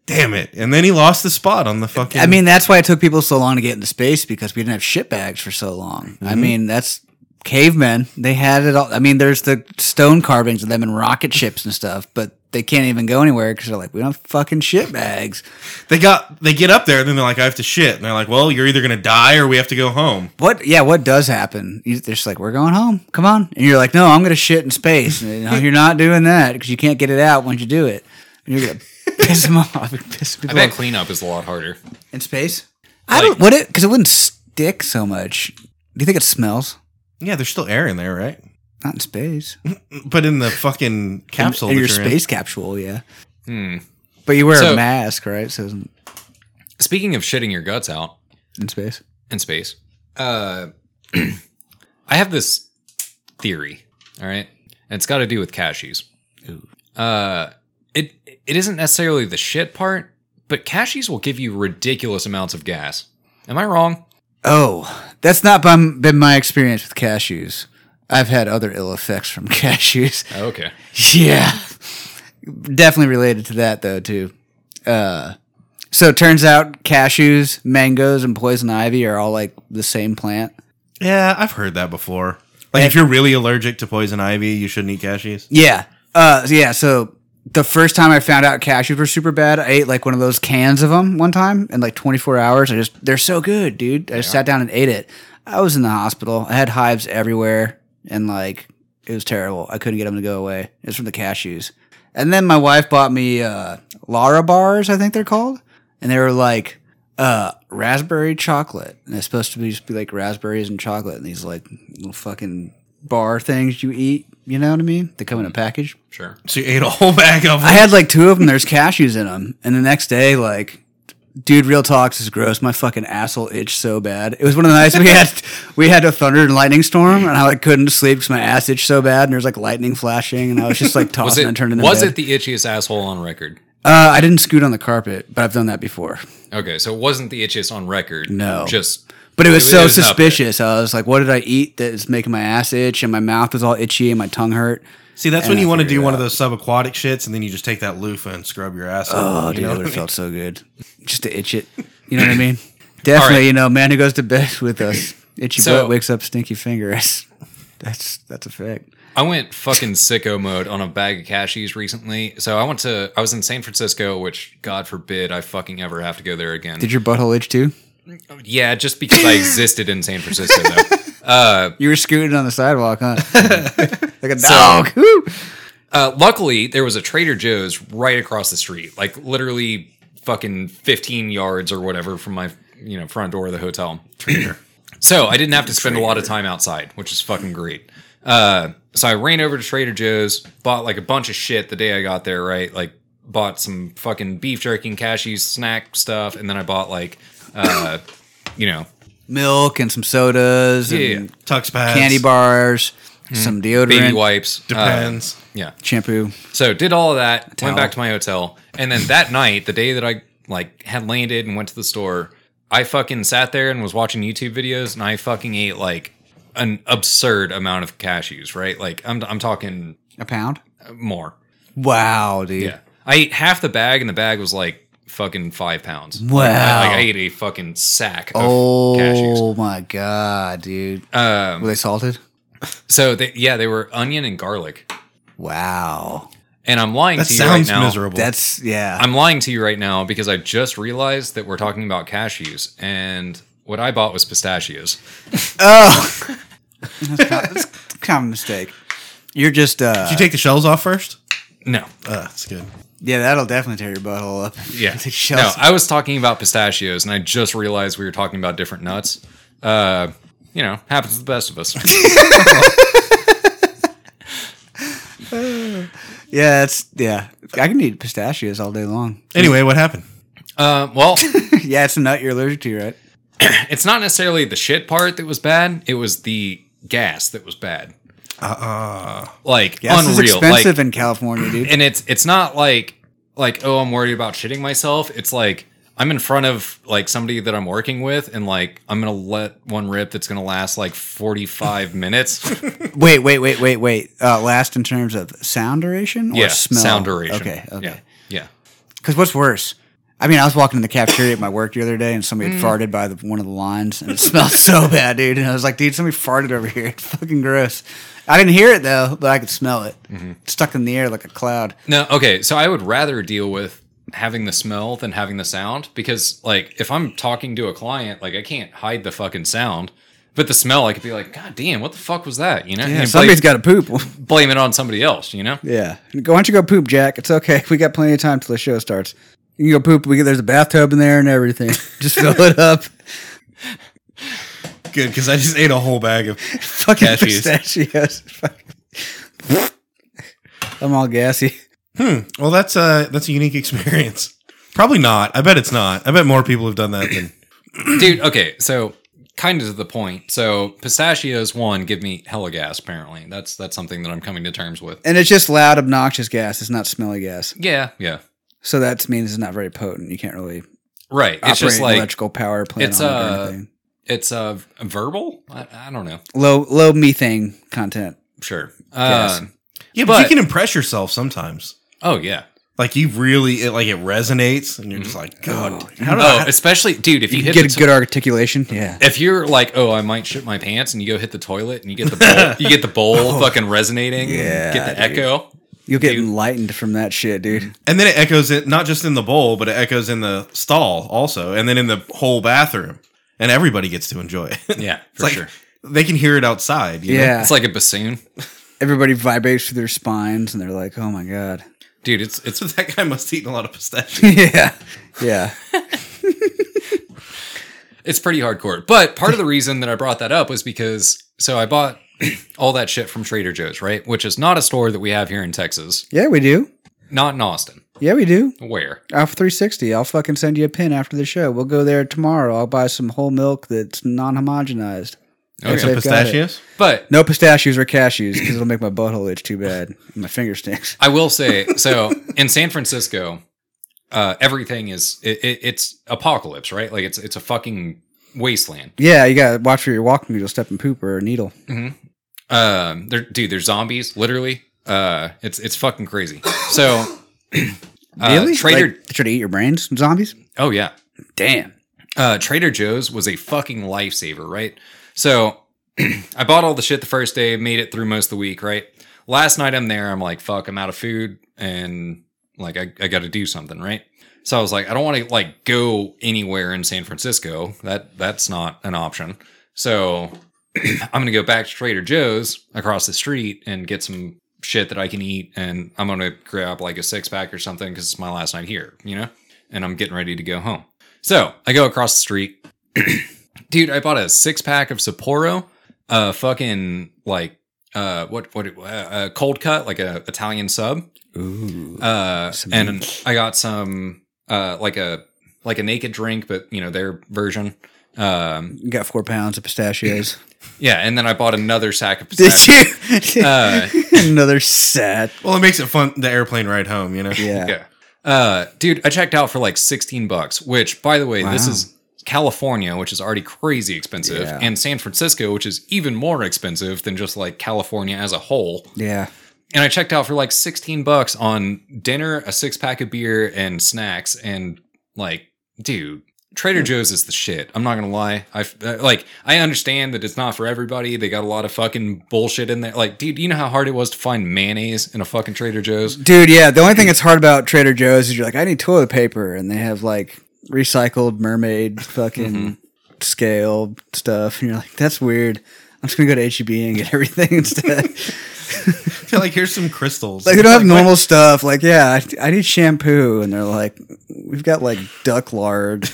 A: Damn it! And then he lost the spot on the fucking.
B: I mean, that's why it took people so long to get into space because we didn't have shit bags for so long. I
C: Mm-hmm.
B: mean, that's cavemen. They had it all. I mean, there's the stone carvings of them in rocket ships and stuff, but they can't even go anywhere because they're like, we don't have fucking shit bags.
A: they got they get up there, and then they're like, I have to shit, and they're like, Well, you're either gonna die or we have to go home.
B: What? Yeah, what does happen? You- They're just like, we're going home. Come on, and you're like, no, I'm gonna shit in space. And, no, you're not doing that because you can't get it out once you do it. And you're gonna piss them off. and Piss
C: I
B: people
C: bet
B: off.
C: cleanup is a lot harder.
B: in space. I don't. Would it? Because it wouldn't stick so much. Do you think it smells?
A: Yeah, there's still air in there, right?
B: Not in space.
A: But in the fucking capsule,
B: in
A: that
B: your
A: you're in.
B: space capsule, yeah.
C: Hmm.
B: But you wear
C: So-
B: a mask, right? So it's in-
C: Speaking of shitting your guts out
B: in space,
C: in space, uh, I have this theory. All right, and it's got to do with cashews. Uh, it it isn't necessarily the shit part, but cashews will give you ridiculous amounts of gas. Am I wrong?
B: oh, that's not been, been my experience with cashews. I've had other ill effects from cashews.
C: Okay.
B: Yeah. Definitely related to that though too. Uh so it turns out cashews, mangoes, and poison ivy are all like the same plant.
A: Yeah, I've heard that before. Like, if you're really allergic to poison ivy, you shouldn't eat cashews.
B: Yeah. Uh yeah, so the first time I found out cashews were super bad, I ate like one of those cans of them one time in like 24 hours. I just they're so good, dude. I just sat down and ate it. I was in the hospital. I had hives everywhere and like it was terrible. I couldn't get them to go away. It was from the cashews. And then my wife bought me uh Lara bars, I think they're called, and they were like uh raspberry chocolate. And it's supposed to be just be like raspberries and chocolate and these like little fucking bar things you eat, you know what I mean? They come in a package.
C: Sure.
A: So you ate a whole bag of them.
B: I had like two of them. There's cashews in them. And the next day, like, dude, real talks is gross. My fucking asshole itched so bad. It was one of the nights we had we had a thunder and lightning storm, and I like couldn't sleep because my ass itched so bad. And there was like lightning flashing, and I was just like
C: Was
B: tossing
C: it
B: and turning. in
C: was
B: bed.
C: it the itchiest asshole on record?
B: Uh, I didn't scoot on the carpet, but I've done that before.
C: Okay, so it wasn't the itchiest on record.
B: No.
C: Just
B: But it was
C: It- it
B: so
C: was up there.
B: suspicious. I was like, "What did I eat that is making my ass itch?" And my mouth was all itchy, and my tongue hurt.
A: See, that's
B: And
A: when
B: I
A: you want to
B: figured
A: do
B: it
A: one of
B: out.
A: those subaquatic shits, and then you just take that loofah and scrub your ass.
B: Oh,
A: up, you
B: dude,
A: know
B: it
A: what I mean?
B: felt so good. Just to itch it. You know what I mean? Definitely, you know, man who goes to bed with us, itchy
C: So-
B: butt wakes up stinky finger. That's that's, that's a fact.
C: I went fucking sicko mode on a bag of cashews recently. So I went to I was in San Francisco, which God forbid I fucking ever have to go there again.
B: Did your butthole itch too?
C: yeah, just because I existed in San Francisco though.
B: You were scooting on the sidewalk, huh? like a dog. Woo!
C: Uh, luckily, there was a Trader Joe's right across the street, like literally fucking 15 yards or whatever from my you know front door of the hotel. Trader. so I didn't have to spend a lot of time outside, which is fucking great. Uh, so I ran over to Trader Joe's, bought like a bunch of shit the day I got there, right? Like bought some fucking beef jerky and cashews, snack stuff, and then I bought like, uh, you know,
B: Milk and some sodas
C: Yeah, Hmm.
B: and
A: Tux pads,
B: candy bars, some
C: baby
B: deodorant,
C: wipes. uh,
A: depends.
C: yeah.
B: shampoo.
C: So did all of that, went
B: towel.
C: back to my hotel, and then that night, the day that I like had landed and went to the store, I fucking sat there and was watching YouTube videos, and I fucking ate like an absurd amount of cashews. Right, like I'm I'm talking
B: A pound?
C: more.
B: Wow, dude.
C: Yeah, I ate half the bag, and the bag was like fucking five pounds.
B: Wow.
C: I, like I ate a fucking sack of
B: oh
C: cashews.
B: my god, dude.
C: Um,
B: Were they salted?
C: so they, yeah, they were onion and garlic,
B: Wow.
C: and I'm lying
A: That
C: to you right
A: sounds
C: now.
A: miserable.
B: That's yeah.
C: I'm lying to you right now because I just realized that we're talking about cashews, and what I bought was pistachios.
B: Oh, that's, kind of, that's a common mistake. You're just uh,
A: Did you take the shells off first?
C: No,
A: Uh, that's good.
B: yeah, that'll definitely tear your butthole up.
C: yeah,
B: The
C: no.
B: shells-
C: I was talking about pistachios, and I just realized we were talking about different nuts. Uh, you know, happens to the best of us.
B: yeah, that's yeah. I can eat pistachios all day long.
A: Anyway, what happened?
C: uh, well,
B: yeah, it's a nut you're allergic to, right?
C: it's not necessarily the shit part that was bad; it was the gas that was bad.
A: Uh,
C: Like
B: Uh-uh. Gas
C: unreal.
B: is expensive
C: Like,
B: in California, dude.
C: and it's it's not like like oh I'm worried about shitting myself. It's like I'm in front of like somebody that I'm working with, and like I'm gonna let one rip that's gonna last like 45 minutes.
B: Wait, wait, wait, wait, wait. Uh, last in terms of sound duration or
C: yeah,
B: smell?
C: sound duration.
B: Okay,
C: Yeah,
B: okay.
C: yeah.
B: Because what's worse? I mean, I was walking in the cafeteria at my work the other day, and somebody had farted by the, one of the lines, and it smelled so bad, dude. And I was like, dude, somebody farted over here. It's fucking gross. I didn't hear it though, but I could smell it stuck in the air like a cloud.
C: No, okay. So I would rather deal with having the smell than having the sound because, like, if I'm talking to a client, like, I can't hide the fucking sound. But the smell, I could be like, God damn, what the fuck was that? You know,
B: Yeah,
C: and
B: somebody's
C: blame,
B: got to poop.
C: blame it on somebody else. You know,
B: yeah, go. Why don't you go poop, Jack? It's okay. We got plenty of time till the show starts. You can go poop. We get, there's a bathtub in there and everything. Just fill it up.
A: good because I just ate a whole bag of.
B: Fucking
A: Cashews.
B: pistachios. Fuck. I'm all gassy.
A: Hmm. Well, that's a that's a unique experience. Probably not. I bet it's not. I bet more people have done that than.
C: dude. Okay, so kind of to the point. So pistachios one give me hella gas. Apparently, that's that's something that I'm coming to terms with.
B: And it's just loud, obnoxious gas. It's not smelly gas.
C: Yeah, yeah,
B: So that means it's not very potent. You can't really
C: right. It's
B: operate
C: just
B: an
C: like
B: electrical power plant
C: it's,
B: on it or
C: uh,
B: anything.
C: it's uh, verbal. I, I don't know.
B: Low low methane content.
C: Sure. Uh,
B: Gas.
A: Yeah, but,
C: But-
A: you can impress yourself sometimes.
C: Oh yeah.
A: Like you really, it, like it resonates, and
B: Mm-hmm.
A: you're just like, God, how did
C: Oh, especially dude. If you, hit
B: get
C: the
B: a good articulation. Yeah.
C: If you're like, oh, I might shit my pants, and you go hit the toilet, and you get the bowl, you get the bowl fucking resonating,
B: Yeah,
C: yeah, get the
B: dude.
C: echo.
B: You'll get
C: Dude.
B: enlightened from that shit, dude.
A: And then it echoes it not just in the bowl, but it echoes in the stall also, and then in the whole bathroom, and everybody gets to enjoy it. It's
C: Yeah, for
A: like
C: sure.
A: they can hear it outside. you know?
B: Yeah.
C: It's like a bassoon,
B: Everybody vibrates through their spines and they're like, oh my God.
C: dude. It's it's
A: so that guy must have eaten a lot of pistachios.
B: yeah. Yeah.
C: it's pretty hardcore. But part of the reason that I brought that up was because so I bought all that shit from Trader Joe's, right? Which is not a store that we have here in Texas,
B: Yeah, we do.
C: not in Austin.
B: Yeah, we do.
C: Where?
B: Alpha 360. I'll fucking send you a pin after the show. We'll go there tomorrow. I'll buy some whole milk that's non homogenized.
C: Okay.
B: They've got it.
A: pistachios.
C: But
B: No pistachios or cashews because it'll make my butthole itch too bad. My finger stinks.
C: I will say so in San Francisco, uh, everything is it, it, it's apocalypse, right? Like it's it's a fucking wasteland.
B: Yeah, you gotta watch where you're walking. You'll step in poop or a needle.
C: Um, there, dude, there's zombies, literally. Uh, it's it's fucking crazy. So, uh, Trader,
B: Like, they try to eat your brains, zombies.
C: oh yeah,
B: Damn.
C: uh, Trader Joe's was a fucking lifesaver, right? So I bought all the shit the first day, made it through most of the week, right? Last night I'm there, I'm like, fuck, I'm out of food and like I, I gotta do something, right? So I was like, I don't wanna like go anywhere in San Francisco. That that's not an option. So I'm gonna go back to Trader Joe's across the street and get some shit that I can eat and I'm gonna grab like a six pack or something because it's my last night here, you know? And I'm getting ready to go home. So I go across the street. Dude, I bought a six pack of Sapporo, uh, fucking like, uh, what, what, uh, a cold cut, like a Italian sub.
B: Ooh.
C: Uh,
B: Some
C: and
B: meat.
C: I got some, uh, like a, like a naked drink, but you know, their version. Um,
B: You got four pounds of pistachios.
C: yeah. And then I bought another sack of
B: Did
C: pistachios.
B: you?
C: Uh,
B: Another set.
A: Well, it makes it fun. The airplane ride home, you know.
B: Yeah.
C: Yeah. Uh, dude, I checked out for like 16 bucks, which by the way, this
B: Wow.
C: is California, which is already crazy expensive,
B: Yeah.
C: and San Francisco, which is even more expensive than just like California as a whole.
B: Yeah.
C: And I checked out for like 16 bucks on dinner, a six pack of beer, and snacks. And like, dude,
B: Hmm.
C: Trader Joe's is the shit. I'm not gonna lie. I uh, like, I understand that it's not for everybody. They got a lot of fucking bullshit in there. Like, dude, you know how hard it was to find mayonnaise in a fucking Trader Joe's?
B: Dude, yeah. The only thing that's hard about Trader Joe's is you're like, I need toilet paper, and they have like recycled mermaid fucking
C: Mm-hmm.
B: scale stuff, and you're like, that's weird. I'm just gonna go to HEB and get everything instead.
A: They're like here's some crystals.
B: like they don't have
A: Like,
B: normal stuff. Like, yeah, I, I need shampoo, and they're like, we've got like duck lard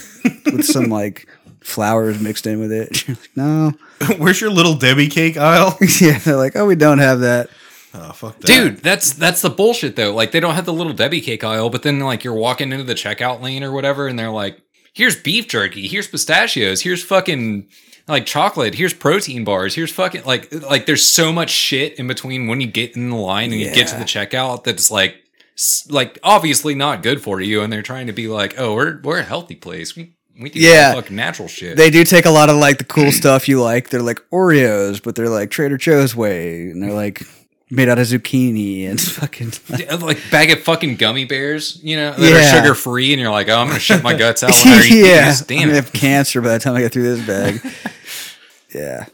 B: with some like flowers mixed in with it. You're like, no,
A: Where's your little Debbie cake aisle?
B: yeah, they're like, oh, we don't have that.
A: Oh fuck, that.
C: Dude, that's that's the bullshit though. Like they don't have the little Debbie cake aisle, but then like you're walking into the checkout lane or whatever, and they're like, here's beef jerky, here's pistachios, here's fucking like chocolate, here's protein bars, here's fucking like like there's so much shit in between when you get in the line and you get to
B: Yeah.
C: the checkout that's like s- like obviously not good for you and they're trying to be like, "Oh, we're we're a healthy place. We we do
B: Yeah.
C: fucking natural shit."
B: They do take a lot of like the cool stuff you like. They're like Oreos, but they're like Trader Joe's way, and they're like made out of zucchini and fucking.
C: Yeah, like bag of fucking gummy bears, you know, that
B: Yeah.
C: are sugar free, and you're like, oh, I'm gonna shit my guts out when I eat these.
B: I'm
C: Damn
B: gonna
C: it.
B: have cancer by the time I get through this bag. yeah,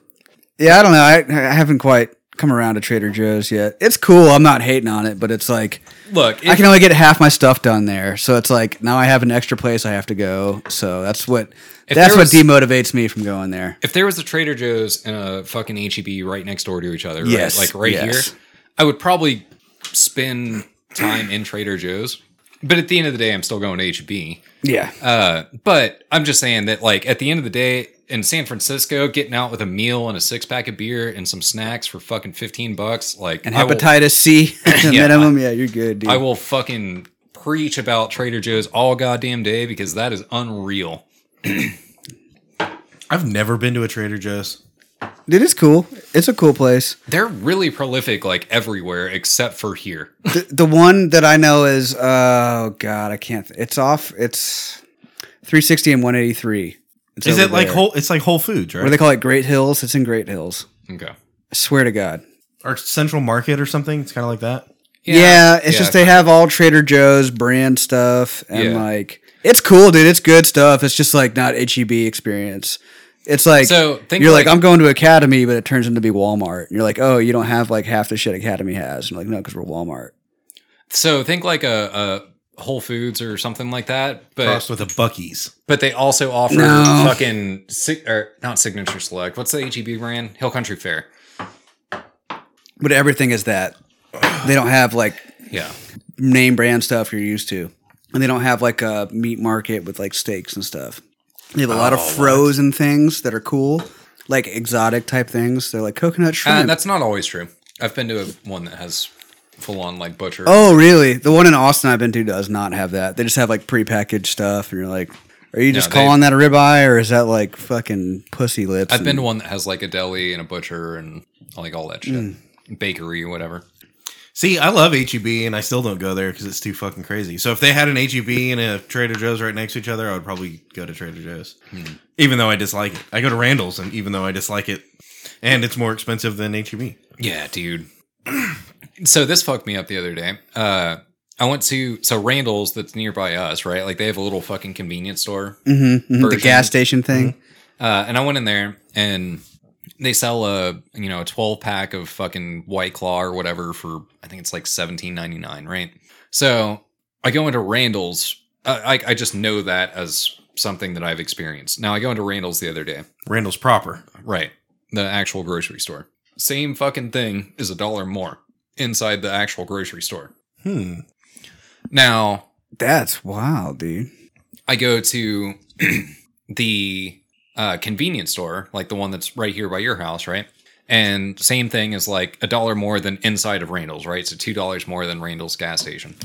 B: yeah. I don't know. I, I haven't quite come around to Trader Joe's yet. It's cool. I'm not hating on it, but it's like
C: Look,
B: I
C: if-
B: can only get half my stuff done there. So it's like now I have an extra place I have to go. So that's what
C: If
B: that's
C: there
B: what
C: was-
B: demotivates me from going there.
C: if there was a Trader Joe's and a fucking HEB right next door to each other, right?
B: Yes,
C: like right
B: yes.
C: here, I would probably spend time in Trader Joe's. But at the end of the day, I'm still going to HEB.
B: Yeah.
C: Uh, but I'm just saying that, like, at the end of the day, in San Francisco, getting out with a meal and a six pack of beer and some snacks for fucking 15 bucks, like,
B: and
C: Uh, I will-
B: hepatitis C at the
C: Yeah.
B: minimum. Yeah, you're good, dude.
C: I will fucking preach about Trader Joe's all goddamn day because that is unreal.
A: I've never been to a Trader Joe's.
B: It is cool. It's a cool place.
C: They're really prolific like everywhere except for here.
B: The, the one that I know is oh god, I can't. th- It's off. It's 360 and 183. It's
A: Is
B: over
A: it like
B: there.
A: whole? It's like Whole Foods,
B: What do
A: right?
B: they call it? Great Hills. It's in Great Hills.
C: Okay.
B: I swear to God.
A: or Central Market or something? It's kind of like that.
B: Yeah, it's
C: Yeah,
B: just they have all Trader Joe's brand stuff and
C: Yeah.
B: like it's cool, dude. It's good stuff. It's just like not HEB experience. It's like
C: So, think
B: you're like,
C: like-
B: I'm going to Academy, but it turns into be Walmart. And you're like, oh, you don't have like half the shit Academy has. And I'm like, no, because we're Walmart.
C: So think like a, a Whole Foods or something like that, but
A: Crossed with a Bucky's.
C: but they also offer
B: No.
C: fucking si- or not signature select. What's the HEB brand? Hill Country Fair.
B: But everything is that they don't have like
C: Yeah.
B: name brand stuff you're used to, and they don't have like a meat market with like steaks and stuff. They have a lot of
C: Oh,
B: frozen things that are cool, like exotic type things. They're like coconut shrimp.
C: Uh, that's not always true. I've been to a, one that has full on like butcher.
B: Oh, really? The one in Austin I've been to does not have that. They just have like prepackaged stuff, and you're like, are you just
C: they-
B: calling that a ribeye, or is that like fucking pussy lips?
C: I've been
B: and-
C: to one that has like a deli and a butcher and like all that shit.
B: Mm.
C: Bakery, whatever.
A: See, I love HEB, and I still don't go there because it's too fucking crazy. So if they had an HEB and a Trader Joe's right next to each other, I would probably go to Trader Joe's,
B: Hmm.
A: even though I dislike it. I go to Randall's, and even though I dislike it, and it's more expensive than E HEB.
C: Yeah, dude. so this fucked me up the other day. Uh, I went to so Randall's that's nearby us, right? Like they have a little fucking convenience store,
B: Mhm, mhm, the
C: version.
B: gas station thing.
C: uh, and I went in there and they sell a you know a twelve pack of fucking White Claw or whatever for I think it's like seventeen ninety nine, right? So I go into Randall's. I, I I just know that as something that I've experienced. Now I go into Randall's the other day.
A: Randall's proper.
C: Right. The actual grocery store. Same fucking thing is a dollar more inside the actual grocery store.
A: Hmm.
C: Now,
B: That's wild, dude.
C: I go to the uh, convenience store, like the one that's right here by your house, right? And same thing is like a dollar more than inside of Randall's, right? So two dollars more than Randall's gas station.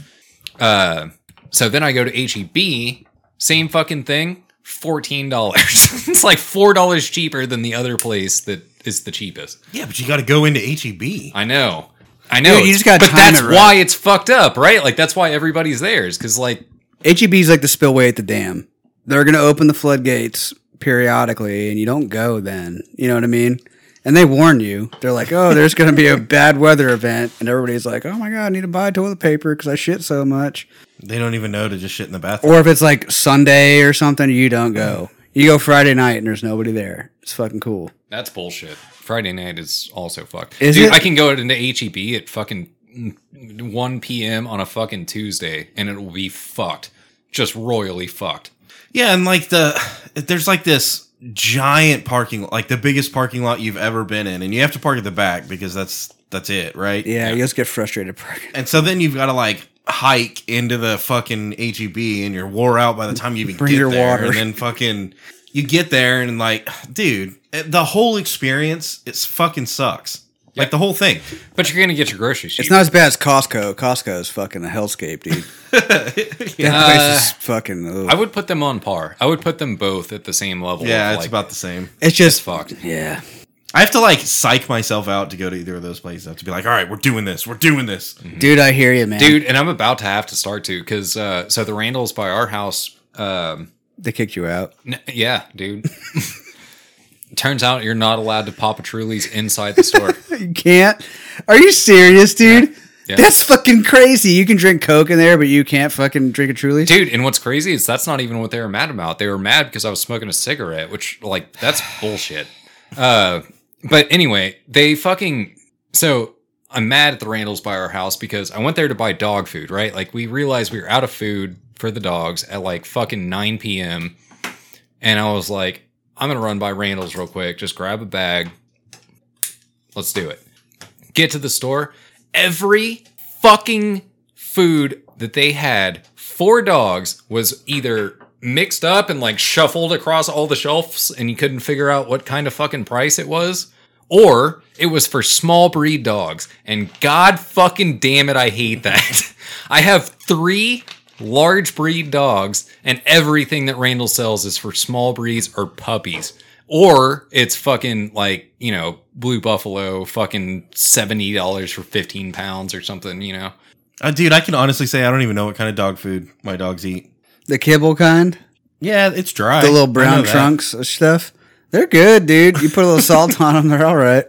C: Uh, so then I go to HEB, same fucking thing, fourteen dollars. it's like four dollars cheaper than the other place that is the cheapest.
A: Yeah, but you got to go into E HEB.
C: I know. I know.
B: Dude, you just gotta
C: but
B: time
C: that's
B: it right.
C: why it's fucked up, right? Like that's why everybody's there is because like
B: HEB's E like the spillway at the dam. They're gonna open the floodgates periodically, and you don't go then. You know what I mean? And they warn you. They're like, "Oh, there's gonna be a bad weather event," and everybody's like, "Oh my god, I need to buy toilet paper because I shit so much."
A: They don't even know to just shit in the bathroom.
B: Or if it's like Sunday or something, you don't go. You go Friday night, and there's nobody there. It's fucking cool.
C: that's bullshit. Friday night is also fucked.
B: Is
C: Dude,
B: it?
C: I can go into HEB at fucking one p.m. on a fucking Tuesday, and it will be fucked, just royally fucked.
A: Yeah, and like the there's like this giant parking like the biggest parking lot you've ever been in and you have to park at the back because that's that's it, right?
B: Yeah, you just get frustrated.
A: And so then you've got to like hike into the fucking HEB and you're wore out by the time you even
B: Bring
A: get
B: your
A: there.
B: water.
A: And then fucking eh, you get there and like, dude, the whole experience it's fucking sucks. Like the whole thing.
C: But you're gonna get your groceries.
B: It's
C: cheaper.
B: not as bad as Costco. Costco is fucking a hellscape, dude. That place is fucking. ugh.
C: Uh, I would put them on par. I would put them both at the same level.
A: Yeah,
C: of,
A: it's
C: like,
A: about the same.
B: it's just
C: fucked.
B: Yeah,
A: I have to like psych myself out to go to either of those places. I have to be like, all right, we're doing this. We're doing this.
B: dude. I hear you, man.
C: dude. And I'm about to have to start to because uh, so the Randalls by our house. Um,
B: they kicked you out.
C: n- yeah, dude. Turns out you're not allowed to Papa Truly's inside the store.
B: You can't. Are you serious, dude?
C: Yeah.
B: That's fucking crazy. You can drink Coke in there, but you can't fucking drink a Truly.
C: Dude, and what's crazy is that's not even what they were mad about. They were mad because I was smoking a cigarette, which like that's bullshit. Uh, but anyway, they fucking so I'm mad at the Randalls by our house because I went there to buy dog food, right? Like we realized we were out of food for the dogs at like fucking 9 p.m. And I was like, I'm gonna run by Randall's real quick, just grab a bag. Let's do it. Get to the store. Every fucking food that they had for dogs was either mixed up and like shuffled across all the shelves and you couldn't figure out what kind of fucking price it was or it was for small breed dogs and god fucking damn it i hate that i have 3 large breed dogs and everything that Randall sells is for small breeds or puppies or it's fucking like you know blue buffalo fucking $70 for 15 pounds or something you know
A: Uh, dude, I can honestly say I don't even know what kind of dog food my dogs eat.
B: The kibble kind,
A: Yeah, it's dry.
B: the
A: I
B: little brown
A: know that.
B: trunks stuff. They're good, dude. You put a little salt on them, they're all right.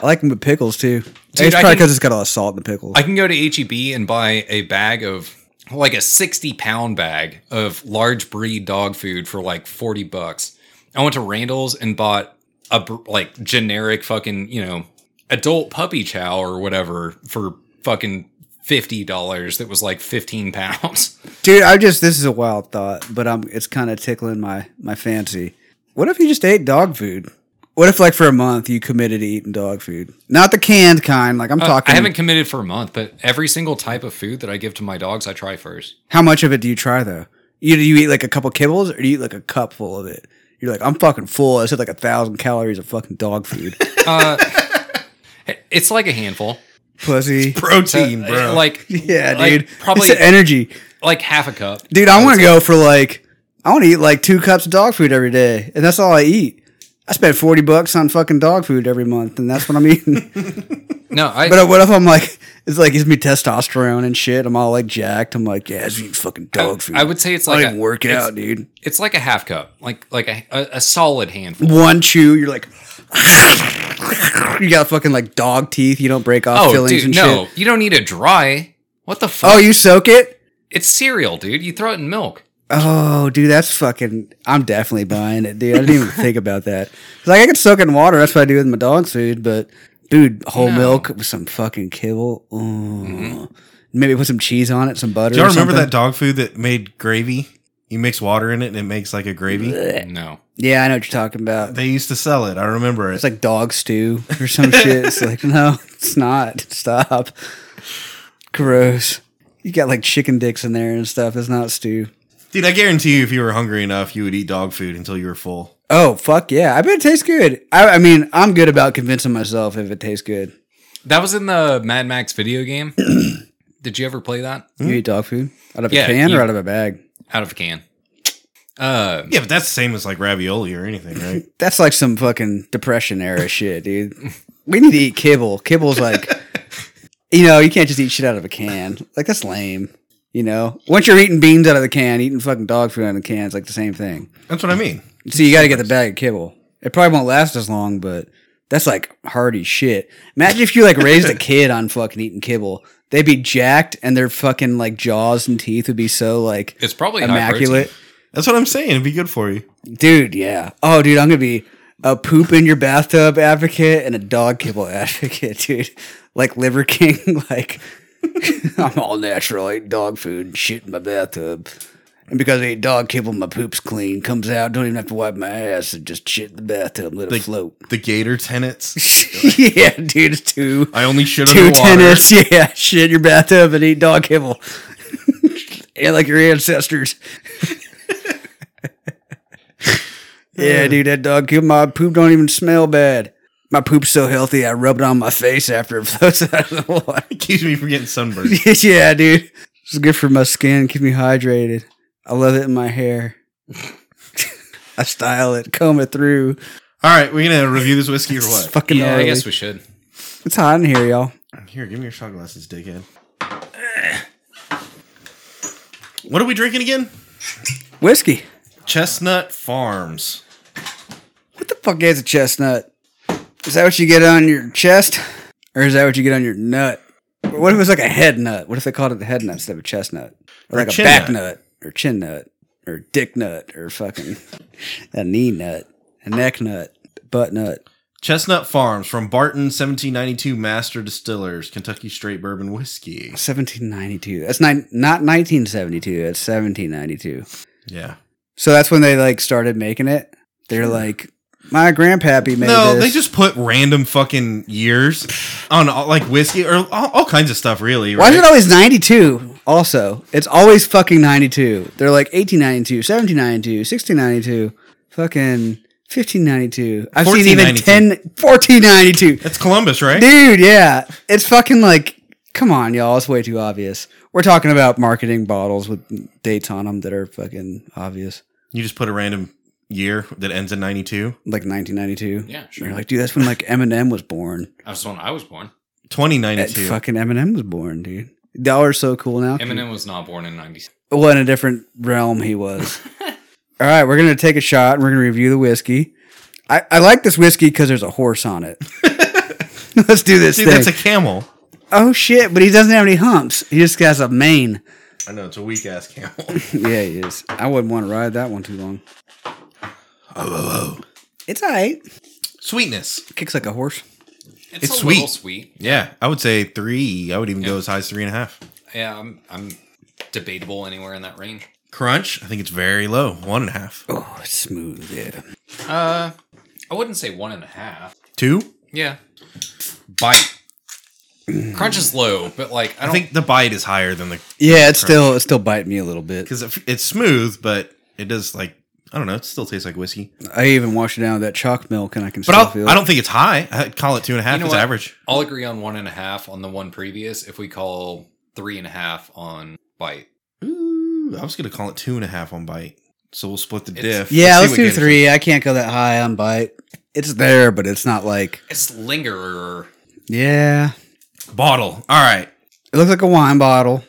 B: I like them with pickles too. it's
C: I
B: probably
C: can-
B: because it's got all the salt in the pickles.
C: I can go to HEB and buy a bag of like a 60 pound bag of large breed dog food for like 40 bucks. I went to Randall's and bought a br- like generic fucking, you know, adult puppy chow or whatever for fucking $50 that was like 15 pounds.
B: Dude, I just this is a wild thought, but I'm it's kind of tickling my my fancy. What if you just ate dog food? What if like for a month you committed to eating dog food? Not the canned kind, like I'm talking
C: Uh, I haven't committed for a month, but every single type of food that I give to my dogs, I try first.
B: How much of it do you try though? You do you eat like a couple kibbles or do you eat like a cup full of it? You're like, I'm fucking full. I said like a thousand calories of fucking dog food.
C: It's like a handful. Uh,
B: Pussy.
A: Protein, bro.
C: Like,
B: Yeah,
C: like,
B: dude.
C: Probably
B: It's the energy.
C: like half a cup.
B: Dude, I want to go for like, I want to eat like two cups of dog food every day, and that's all I eat. I spend forty bucks on fucking dog food every month, and that's what I'm eating.
C: No, I,
B: but uh, what if I'm like, it's like gives me testosterone and shit. I'm all like jacked. I'm like, yeah, I just eat fucking dog food.
C: I would say it's
B: I
C: like
B: don't even work
C: it's-
B: out, dude.
C: It's like a half cup, like like a, a, a solid handful.
B: One chew, you're like, you got fucking like dog teeth. You don't break off
C: Oh,
B: fillings
C: dude,
B: and
C: no,
B: shit.
C: you don't need it dry. What the fuck?
B: Oh, you soak it.
C: it's cereal, dude. You throw it in milk.
B: Oh, dude, that's fucking. I'm definitely buying it, dude. I didn't even think about that. 'Cause, Like, I could soak it in water. That's what I do with my dog's food. But, dude, whole
C: No. Mm-hmm.
B: milk with some fucking kibble. Ooh. Maybe put some cheese on it, some butter.
A: Do y'all
B: or
A: remember
B: something.
A: that dog food that made gravy? You mix water in it and it makes like a gravy.
C: No,
B: Yeah, I know what you're talking about.
A: They used to sell it. I remember it.
B: It's like dog stew or some shit. It's like, no, it's not. Stop. Gross. You got like chicken dicks in there and stuff. It's not stew.
A: Dude, I guarantee you, if you were hungry enough, you would eat dog food until you were full.
B: Oh, fuck yeah. I bet it tastes good. I, I mean, I'm good about convincing myself if it tastes good.
C: that was in the Mad Max video game. Did you ever play that
B: You eat dog food out of
C: Hmm? Yeah,
B: a can
C: you-
B: or out of a bag?
C: out of a can? Uh,
A: Yeah, but that's the same as like ravioli or anything, right?
B: That's like some fucking depression era shit, dude. We need to eat kibble. Kibble's like, you know, you can't just eat shit out of a can. Like that's lame. You know, once you're eating beans out of the can, eating fucking dog food out of the can is like the same thing.
A: that's what I mean.
B: So you got to get the bag of kibble. It probably won't last as long, but that's like hardy shit. Imagine if you like raised a kid on fucking eating kibble. They'd be jacked, and their fucking like jaws and teeth would be so like
C: it's probably immaculate.
B: immaculate.
A: That's what I'm saying. It'd be good for you.
B: Dude, yeah. Oh, dude, I'm gonna be a poop in your bathtub advocate and a dog kibble advocate, dude. Like Liver King, like I'm all natural, I eat dog food, and shit in my bathtub. And because I eat dog kibble, my poop's clean, comes out, don't even have to wipe my ass and just shit in the bathtub, let it
A: Like-
B: float.
A: The gator tenets.
B: yeah, dude, it's two
A: I only shit
B: two
A: underwater.
B: tennis, yeah, shit in your bathtub and eat dog kibble. yeah, like your ancestors. yeah, dude, that dog kibble, my poop don't even smell bad. My poop's so healthy, I rub it on my face after it floats out of the water.
A: Excuse me for getting sunburned.
B: yeah, dude. It's good for my skin, keep me hydrated. I love it in my hair. I style it, comb it through.
A: All right, we're gonna review this whiskey or
B: It's
A: what?
B: fucking
C: yeah, I
B: gnarly.
C: guess we should.
B: It's hot in here, y'all.
A: Here, give me your shot glasses, dickhead. What are we drinking again?
B: Whiskey.
A: Chestnut Farms.
B: What the fuck is a chestnut? Is that what you get on your chest? Or is that what you get on your nut? Or What if it was like a head nut? What if they called it the head nut instead of a chestnut?
A: Or
B: Or, like a
A: chin
B: back
A: nut.
B: nut. Or chin nut. Or dick nut. Or fucking a knee nut. A neck nut. Butt nut.
A: Chestnut Farms from Barton 1792 Master Distillers, Kentucky Straight Bourbon Whiskey.
B: 1792. That's ni- not 1972. That's 1792.
A: Yeah.
B: So that's when they like started making it. They're like, my grandpappy made
A: no,
B: this.
A: they just put random fucking years on all, like whiskey or all, all kinds of stuff, really.
B: Why is it
A: right?
B: always 92? Also, it's always fucking 92. They're like 1892, 1792, 1692, fucking 1592. I've seen even 10, 1492.
A: It's Columbus, right?
B: Dude, yeah. It's fucking like, come on, y'all. It's way too obvious. We're talking about marketing bottles with dates on them that are fucking obvious.
A: You just put a random year that ends in 92.
B: Like 1992.
C: Yeah,
B: You're
C: sure.
B: like, dude, that's when like Eminem was born.
C: That's when I was born.
B: That
A: 2092.
B: fucking Eminem was born, dude. Y'all are so cool now.
C: Eminem was not born in '90s.
B: Well, in a different realm he was. All right, we're gonna take a shot and we're gonna review the whiskey. I, I like this whiskey because there's a horse on it. Let's do this
A: Dude,
B: thing.
A: that's a camel.
B: oh shit! But he doesn't have any humps. He just has a mane.
A: I know, it's a weak ass camel.
B: Yeah, he is. I wouldn't want to ride that one too long.
A: Oh,
B: It's all right.
A: Sweetness.
B: Kicks like a horse.
C: It's,
A: It's
C: a little
A: sweet.
C: sweet.
A: Yeah, I would say three. I would even go as high as three and a half.
C: Yeah, I'm, I'm debatable anywhere in that range.
A: Crunch, I think it's very low. One and a half.
B: Oh, it's smooth. Yeah.
C: Uh, I wouldn't say one and a half.
A: Two?
C: Yeah, bite. Crunch is low, but like I
A: I
C: don't
A: think the bite is higher than the
B: Yeah, it's still it's still biting me a little bit.
A: because it, it's smooth, but it does like I don't know. It still tastes like whiskey,
B: I even washed it down with that chalk milk, and I can
A: but
B: still feel.
A: I'll,
B: it.
A: I don't think it's high. I call it two and a half.
C: You know
A: it's
C: what?
A: average.
C: I'll agree on one and a half on the one previous. If we call three and a half on bite,
A: Ooh, I was gonna call it two and a half on bite. So we'll split the
C: It's-
A: diff.
B: Yeah, let's,
A: see what
B: do
A: gives.
B: three. I can't go that high on bite. It's there, but it's not like
C: it's lingerer.
B: yeah.
A: Bottle. All right.
B: It looks like a wine bottle,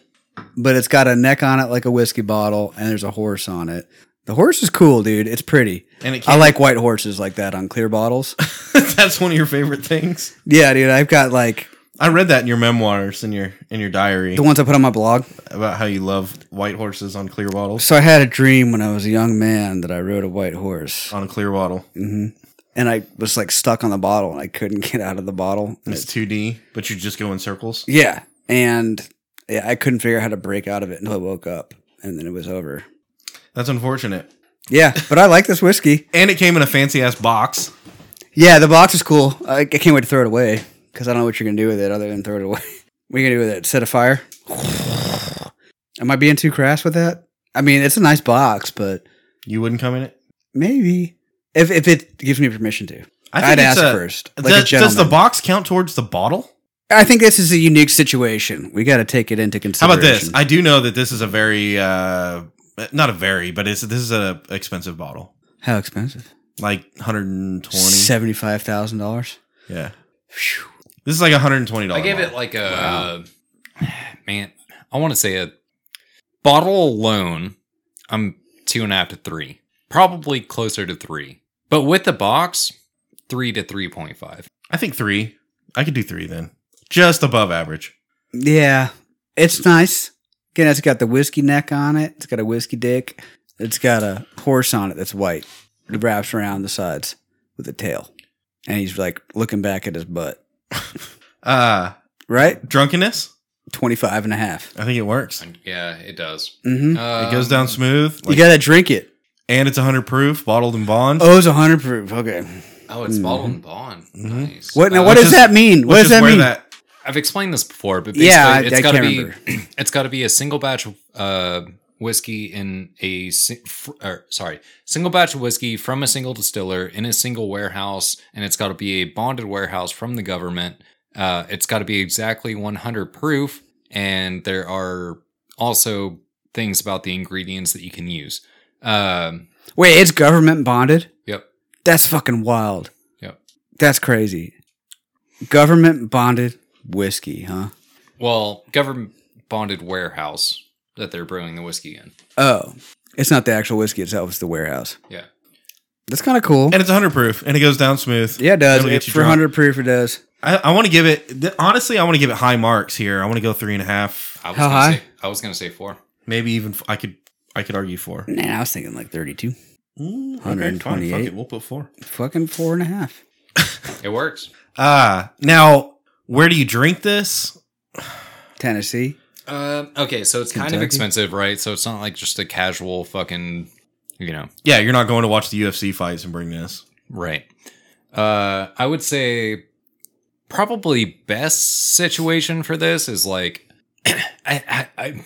B: but it's got a neck on it like a whiskey bottle, and there's a horse on it. The horse is cool, dude. It's pretty.
A: And it
B: I
A: came,
B: like white horses like that on clear bottles.
A: that's one of your favorite things.
B: yeah, dude. I've got like
A: I read that in your memoirs in your in your diary
B: the ones I put on my blog.
A: about how you love white horses on clear bottles
B: So I had a dream when I was a young man that I rode a white horse,
A: on a clear bottle.
B: and I was like stuck on the bottle, and I couldn't get out of the bottle. And
A: It's two D, but you just go in circles.
B: Yeah, and yeah, I couldn't figure out how to break out of it until I woke up, and then it was over.
A: That's unfortunate.
B: Yeah, but I like this whiskey.
A: And it came in a fancy ass box.
B: Yeah, the box is cool. I, I can't wait to throw it away because I don't know what you're gonna do with it other than throw it away. what are you gonna do with it? Set a fire? Am I being too crass with that? I mean, it's a nice box, but
A: You wouldn't come in it.
B: maybe if if it gives me permission to,
A: I
B: I'd
A: it's
B: ask
A: a-
B: first. Like a
A: Does, does the
B: gentleman.
A: box count towards the bottle?
B: I think this is a unique situation. We got to take it into
A: How
B: consideration.
A: about this? I do know that this is a very uh not a very, but it's this is a expensive bottle.
B: How expensive?
A: Like 120.
B: Seventy five thousand dollars.
A: Yeah. This is like 120
C: I
A: dollars.
C: gave it like a man. I want to say a bottle alone. I'm two and a half to three, probably closer to three. But with the box, three to three point five.
A: I think 3. I could do 3 then. Just above average.
B: Yeah, it's nice. Again, it's got the whiskey neck on it. It's got a whiskey dick. It's got a horse on it that's white. It wraps around the sides with a tail, and he's like looking back at his butt.
A: Uh
B: Right,
A: drunkenness?
B: 25 and a half.
A: I think it works.
C: Yeah, it does.
B: Mm-hmm.
C: Um,
A: it goes down smooth.
B: you
A: like-
B: gotta drink it.
A: and it's 100 proof, bottled in bond.
B: Oh, it's 100 proof. Okay.
C: Oh, it's bottled and bond.
A: Mhm.
C: Nice.
B: Mm-hmm. What now?
C: Uh,
B: What
A: which
B: does
A: is-
B: that mean? What
A: which
B: does
A: is
B: that
A: where
B: mean?
C: I've explained this before, but basically
B: Yeah, I-
C: it's
B: I
C: got to
B: can't
C: be
B: remember.
C: it's got to be a single batch of uh, whiskey in a si- fr- or, sorry single batch of whiskey from a single distiller in a single warehouse, and it's got to be a bonded warehouse from the government. Uh, it's got to be exactly 100 proof, and there are also things about the ingredients that you can use. Um,
B: Wait, it's government bonded?
C: Yep.
B: That's fucking wild.
C: Yep.
B: That's crazy. Government bonded whiskey, huh?
C: well, government bonded warehouse that they're brewing the whiskey in.
B: Oh, it's not the actual whiskey itself; it's the warehouse.
C: Yeah.
B: That's kind of cool.
A: And it's 100 proof and it goes down smooth.
B: yeah, it does.
A: That'll get
B: It,
A: you
B: for
A: drunk.
B: hundred proof, it does.
A: I, I want to give it, th- honestly, I want to give it high marks here. I want to go three and a half,
C: I was
B: How
C: gonna
B: high?
C: Say, I was gonna say four.
A: maybe even, f- I could, I could argue four.
B: Nah, I was thinking like thirty-two.
A: Mm, okay, fine,
B: 128.
A: fuck it, we'll put four.
B: Fucking four and a half.
C: It works.
A: Ah, now where do you drink this?
B: Tennessee.
C: Um, okay, so it's kind of
B: Kentucky?
C: expensive, right? So it's not like just a casual fucking, you know,
A: Yeah, you're not going to watch the UFC fights and bring this.
C: right. Uh, I would say probably best situation for this is like, I, I, I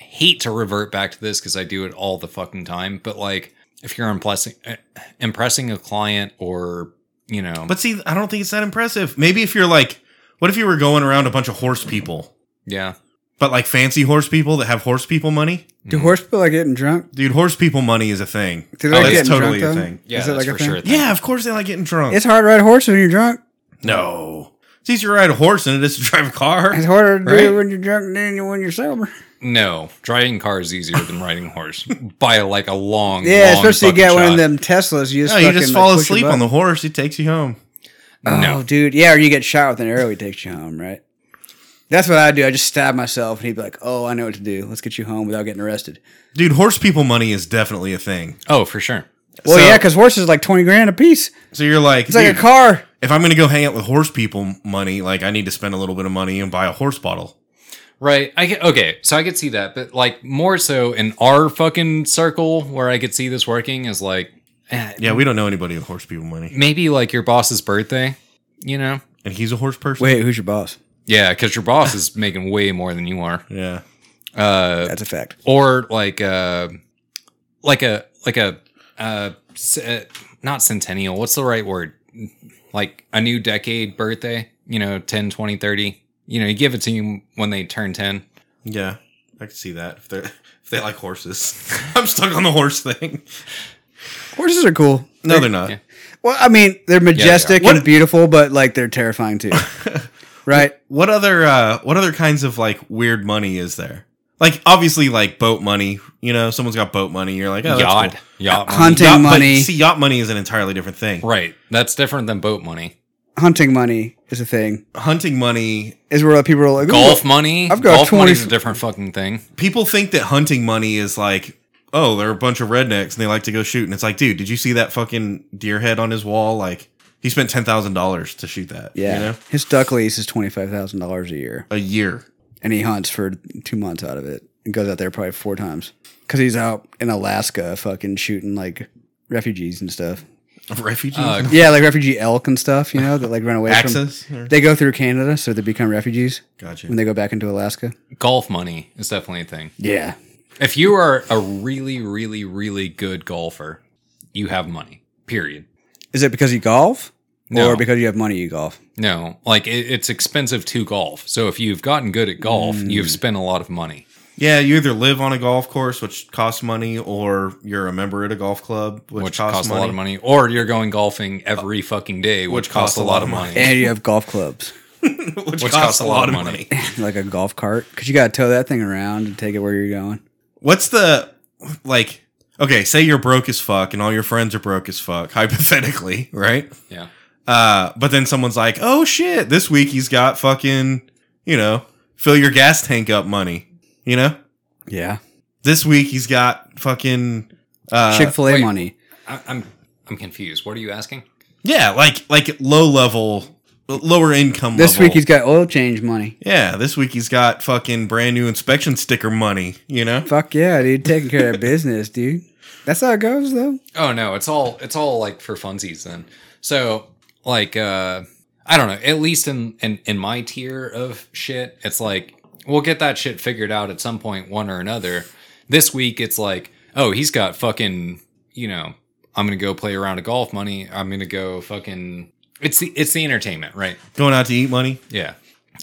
C: hate to revert back to this because I do it all the fucking time, but like, if you're impressing eh, impressing a client or you know,
A: But see, I don't think it's that impressive. Maybe if you're like, what if you were going around a bunch of horse people,
C: yeah,
A: but like fancy horse people that have horse people money?
B: Do horse people are getting drunk?
A: Dude, horse people money is a thing.
B: Do
C: Oh,
B: like
C: that's
B: getting
A: totally
B: drunk,
A: a
B: though?
A: thing.
C: yeah,
B: Is it
C: that's
B: like a
C: for
B: thing?
C: sure. a thing.
A: Yeah, of course they like getting drunk.
B: It's hard to ride a horse when you're drunk.
A: no, it's easier to ride a horse than it is to drive a car.
B: It's harder to do
A: Right.
B: when you're drunk than when you're sober.
C: No, driving car is easier than riding a horse by like a long,
B: Yeah,
C: long
B: especially you
C: fucking
B: get one
C: shot.
B: of them Teslas. You just
A: No, you
B: fucking,
A: just
B: like,
A: fall
B: push a
A: asleep on
B: button.
A: the horse. It takes you home.
B: Oh,
C: No.
B: dude. Yeah, or you get shot with an arrow, he takes you home, right? That's what I do. I just stab myself, and he'd be like, "Oh, I know what to do. Let's get you home without getting arrested."
A: Dude, horse people money is definitely a thing.
C: Oh, for sure.
B: Well,
A: So-
B: yeah, because horses are like twenty grand a piece.
A: So you're like,
B: It's like
A: dude,
B: a car.
A: if I'm going to go hang out with horse people money, like I need to spend a little bit of money and buy a horse bottle.
C: Right. I get, okay. So I could see that, but like more so in our fucking circle where I could see this working is like, eh,
A: Yeah, we don't know anybody with horse people money,
C: maybe like your boss's birthday, you know?
A: and he's a horse person.
B: Wait, who's your boss?
C: Yeah, because your boss is making way more than you are.
A: Yeah,
C: Uh,
B: That's a fact.
C: or like uh, like a like a uh, c- uh, not centennial. What's the right word? Like a new decade birthday. You know, 10, 20, 30. You know, you give it to you when they turn ten.
A: yeah, I can see that if they if they like horses. I'm stuck on the horse thing.
B: Horses are cool.
A: No, they're not.
C: yeah.
B: Well, I mean, they're majestic
A: What-
B: and beautiful, but like they're terrifying too. right?
A: What other uh, what other kinds of like weird money is there? Like obviously like boat money. You know, someone's got boat money. You're like, oh, that's
C: yacht,
A: cool.
C: yacht, money.
B: Hunting
A: Yacht- but
B: money.
A: see, yacht money is an entirely different thing.
C: Right. That's different than boat money.
B: Hunting money is a thing.
A: Hunting money
B: Is where people are like, "Ooh,
C: Golf money.
B: I've got
C: golf
B: 20
C: money's a different fucking thing.
A: people think that hunting money is like oh they're a bunch of rednecks and they like to go shoot and it's like dude did you see that fucking deer head on his wall like he spent $10000 to shoot that
B: Yeah.
A: you know
B: His duck lease is twenty five thousand dollars a year,
A: a year
B: and he hunts for two months out of it. And goes out there probably four times because he's out in Alaska, fucking shooting like refugees and stuff.
A: of refugees
C: Uh,
B: Yeah, like refugee elk and stuff. You know that like run away from.
A: access or-
B: They go through Canada, so they become refugees
A: gotcha
B: when they go back into Alaska.
C: Golf money is definitely a thing.
B: Yeah,
C: If you are a really, really, really good golfer, you have money. Period.
B: is it because you golf,
C: No.
B: or because you have money you golf?
C: No, like it, it's expensive to golf. So if you've gotten good at golf, you've spent a lot of money.
A: yeah you either live on a golf course which costs money or you're a member at a golf club which,
C: Which
A: costs,
C: costs,
A: money.
C: a lot of money, or you're going golfing every fucking day, which, costs, a lot of money.
B: And you have golf clubs,
A: which, costs a lot of money,
B: like a golf cart, because you got to tow that thing around and take it where you're going.
A: what's the like okay say you're broke as fuck and all your friends are broke as fuck hypothetically right
C: Yeah,
A: Uh, but then someone's like, "Oh shit, this week he's got fucking, you know, fill your gas tank up money." You know,
B: Yeah,
A: this week he's got fucking, uh,
B: Chick Fil A
C: wait.
B: money.
C: I, I'm I'm confused. What are you asking?
A: yeah, like like low level, lower income.
B: This
A: level.
B: week he's got oil change money.
A: yeah, this week he's got fucking brand new inspection sticker money. You know,
B: Fuck yeah, dude. Taking care of that business, dude. That's how it goes, though.
C: Oh no, it's all it's all like for funsies then. So like uh I don't know, at least in in, in my tier of shit, it's like we'll get that shit figured out at some point, one or another. This week it's like, oh, he's got fucking, you know, I'm gonna go play around a golf money. I'm gonna go fucking. It's the it's the entertainment, right?
A: Going out to eat money.
C: Yeah.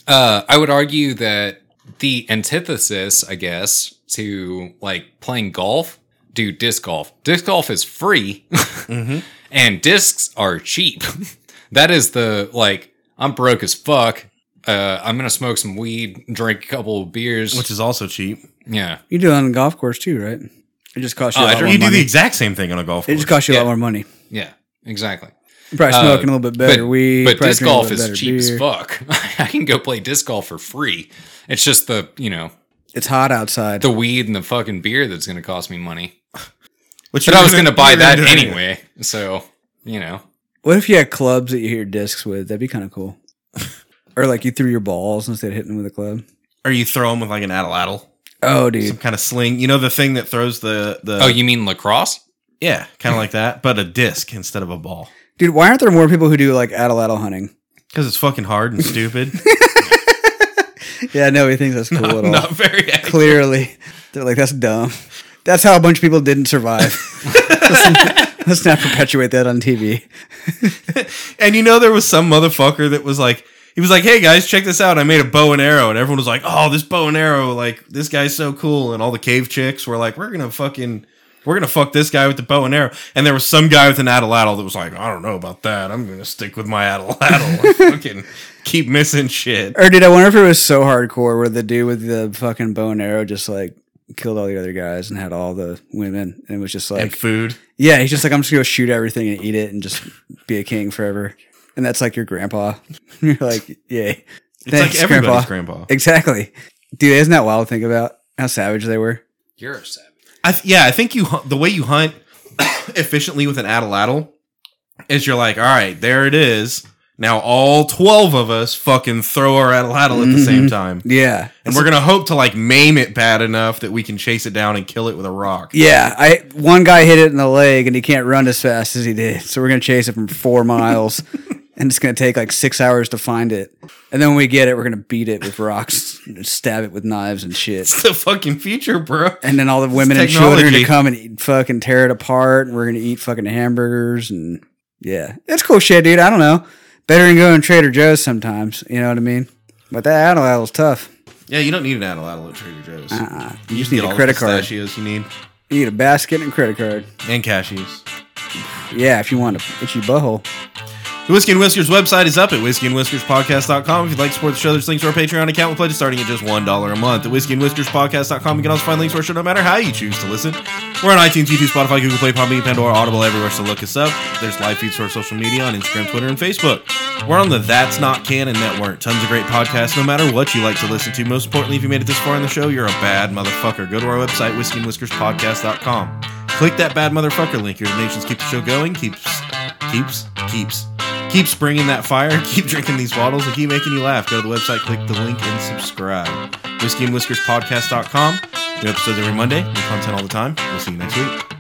C: Uh, I would argue that the antithesis, I guess, to like playing golf, do disc golf. Disc golf is free
B: Mm-hmm.
C: and discs are cheap. that is the like, I'm broke as fuck. Uh, I'm going to smoke some weed, drink a couple of beers.
A: Which is also cheap.
C: yeah.
B: You do it on the golf course too, right? It just costs you
C: Oh,
B: a
C: I
B: lot
C: don't-
B: more
A: You do
B: money.
A: the exact same thing on a golf
B: it
A: course.
B: just costs you a
C: Yeah.
B: lot more money.
C: Yeah. Exactly.
B: You're probably
C: Uh,
B: smoking a little bit better
C: but,
B: weed.
C: But
B: probably
C: disc
B: drinking a
C: golf
B: little better
C: is cheap as
B: beer.
C: fuck. I can go play disc golf for free. It's just the, you know,
B: It's hot outside.
C: the weed and the fucking beer that's going to cost me money.
A: Which
C: But
A: you're
C: I was going
A: gonna-
C: to buy
A: you're
C: that
A: gonna do
C: anyway. So, you know.
B: what if you had clubs that you hit your discs with? That'd be kind of cool. or like you threw your balls instead of hitting them with a club.
A: Or you throw them with like an atlatl,
B: Oh,
A: some
B: dude.
A: kind of sling. You know the thing that throws the the.
C: oh, you mean lacrosse?
A: yeah, kind of like that, but a disc instead of a ball.
B: Dude, why aren't there more people who do like atlatl hunting?
A: Because it's fucking hard and stupid.
B: Yeah, no, he thinks that's cool at all.
C: Oh,
A: Not very.
B: Clearly. They're like, that's dumb. That's how a bunch of people didn't survive. let's, not, let's not perpetuate that on TV.
A: And you know, there was some motherfucker that was like, he was like, hey guys, check this out. I made a bow and arrow. And everyone was like, oh, this bow and arrow, like, this guy's so cool. And all the cave chicks were like, we're going to fucking, we're going to fuck this guy with the bow and arrow. And there was some guy with an atlatl that was like, I don't know about that. I'm going to stick with my atlatl. and fucking keep missing shit.
B: Or, dude, I wonder if it was so hardcore where the dude with the fucking bow and arrow just like killed all the other guys and had all the women and was just like,
A: and food.
B: yeah, he's just like, I'm just gonna shoot everything and eat it and just be a king forever. And that's like your grandpa. You're like, yeah.
A: It's like everybody's grandpa.
B: Exactly. Dude, isn't that wild to think about how savage they were?
C: You're a savage.
A: I th- yeah, I think you hu- the way you hunt efficiently with an atlatl is you're like, all right, there it is. Now all twelve of us fucking throw our atlatl at the
B: Mm-hmm.
A: same time,
B: Yeah.
A: and we're gonna hope to like maim it bad enough that we can chase it down and kill it with a rock.
B: Yeah, I one guy hit it in the leg and he can't run as fast as he did. So we're gonna chase it from four miles, and it's gonna take like six hours to find it. And then when we get it, we're gonna beat it with rocks, and stab it with knives and shit.
A: It's the fucking future, bro.
B: And then all the women and
A: technology.
B: children to come and eat, fucking tear it apart. And we're gonna eat fucking hamburgers and yeah, it's cool shit, dude. I don't know. Better than going to Trader Joe's sometimes. You know what I mean? But that Adelaide was tough.
A: Yeah, you don't need an atlatl at Trader Joe's.
B: Uh-uh. You
A: You
B: just
A: can get
B: need
A: all
B: a
A: the
B: credit card.
A: pistachios You need
B: You need a basket and credit card.
A: and cashews.
B: Yeah, if you want to itchy butthole.
A: The Whiskey and Whiskers website is up at whiskeyandwhiskerspodcast.com. If you'd like to support the show, there's links to our Patreon account with pledges starting at just $1 a month. At whiskeyandwhiskerspodcast.com, you can also find links to our show no matter how you choose to listen. We're on iTunes, YouTube, Spotify, Google Play, Podbean, Pandora, Audible, everywhere, so look us up. There's live feeds to our social media on Instagram, Twitter, and Facebook. We're on the That's Not Canon Network. Tons of great podcasts, no matter what you like to listen to. Most importantly, if you made it this far in the show, you're a bad motherfucker. Go to our website, whiskeyandwhiskerspodcast.com. Click that bad motherfucker link. Your donations keep the show going, keeps, keeps, keeps keep springing that fire, keep drinking these bottles, and keep making you laugh. Go to the website, click the link, and subscribe. Whiskey and Whiskers Podcast.com. New episodes every Monday, new content all the time. We'll see you next week.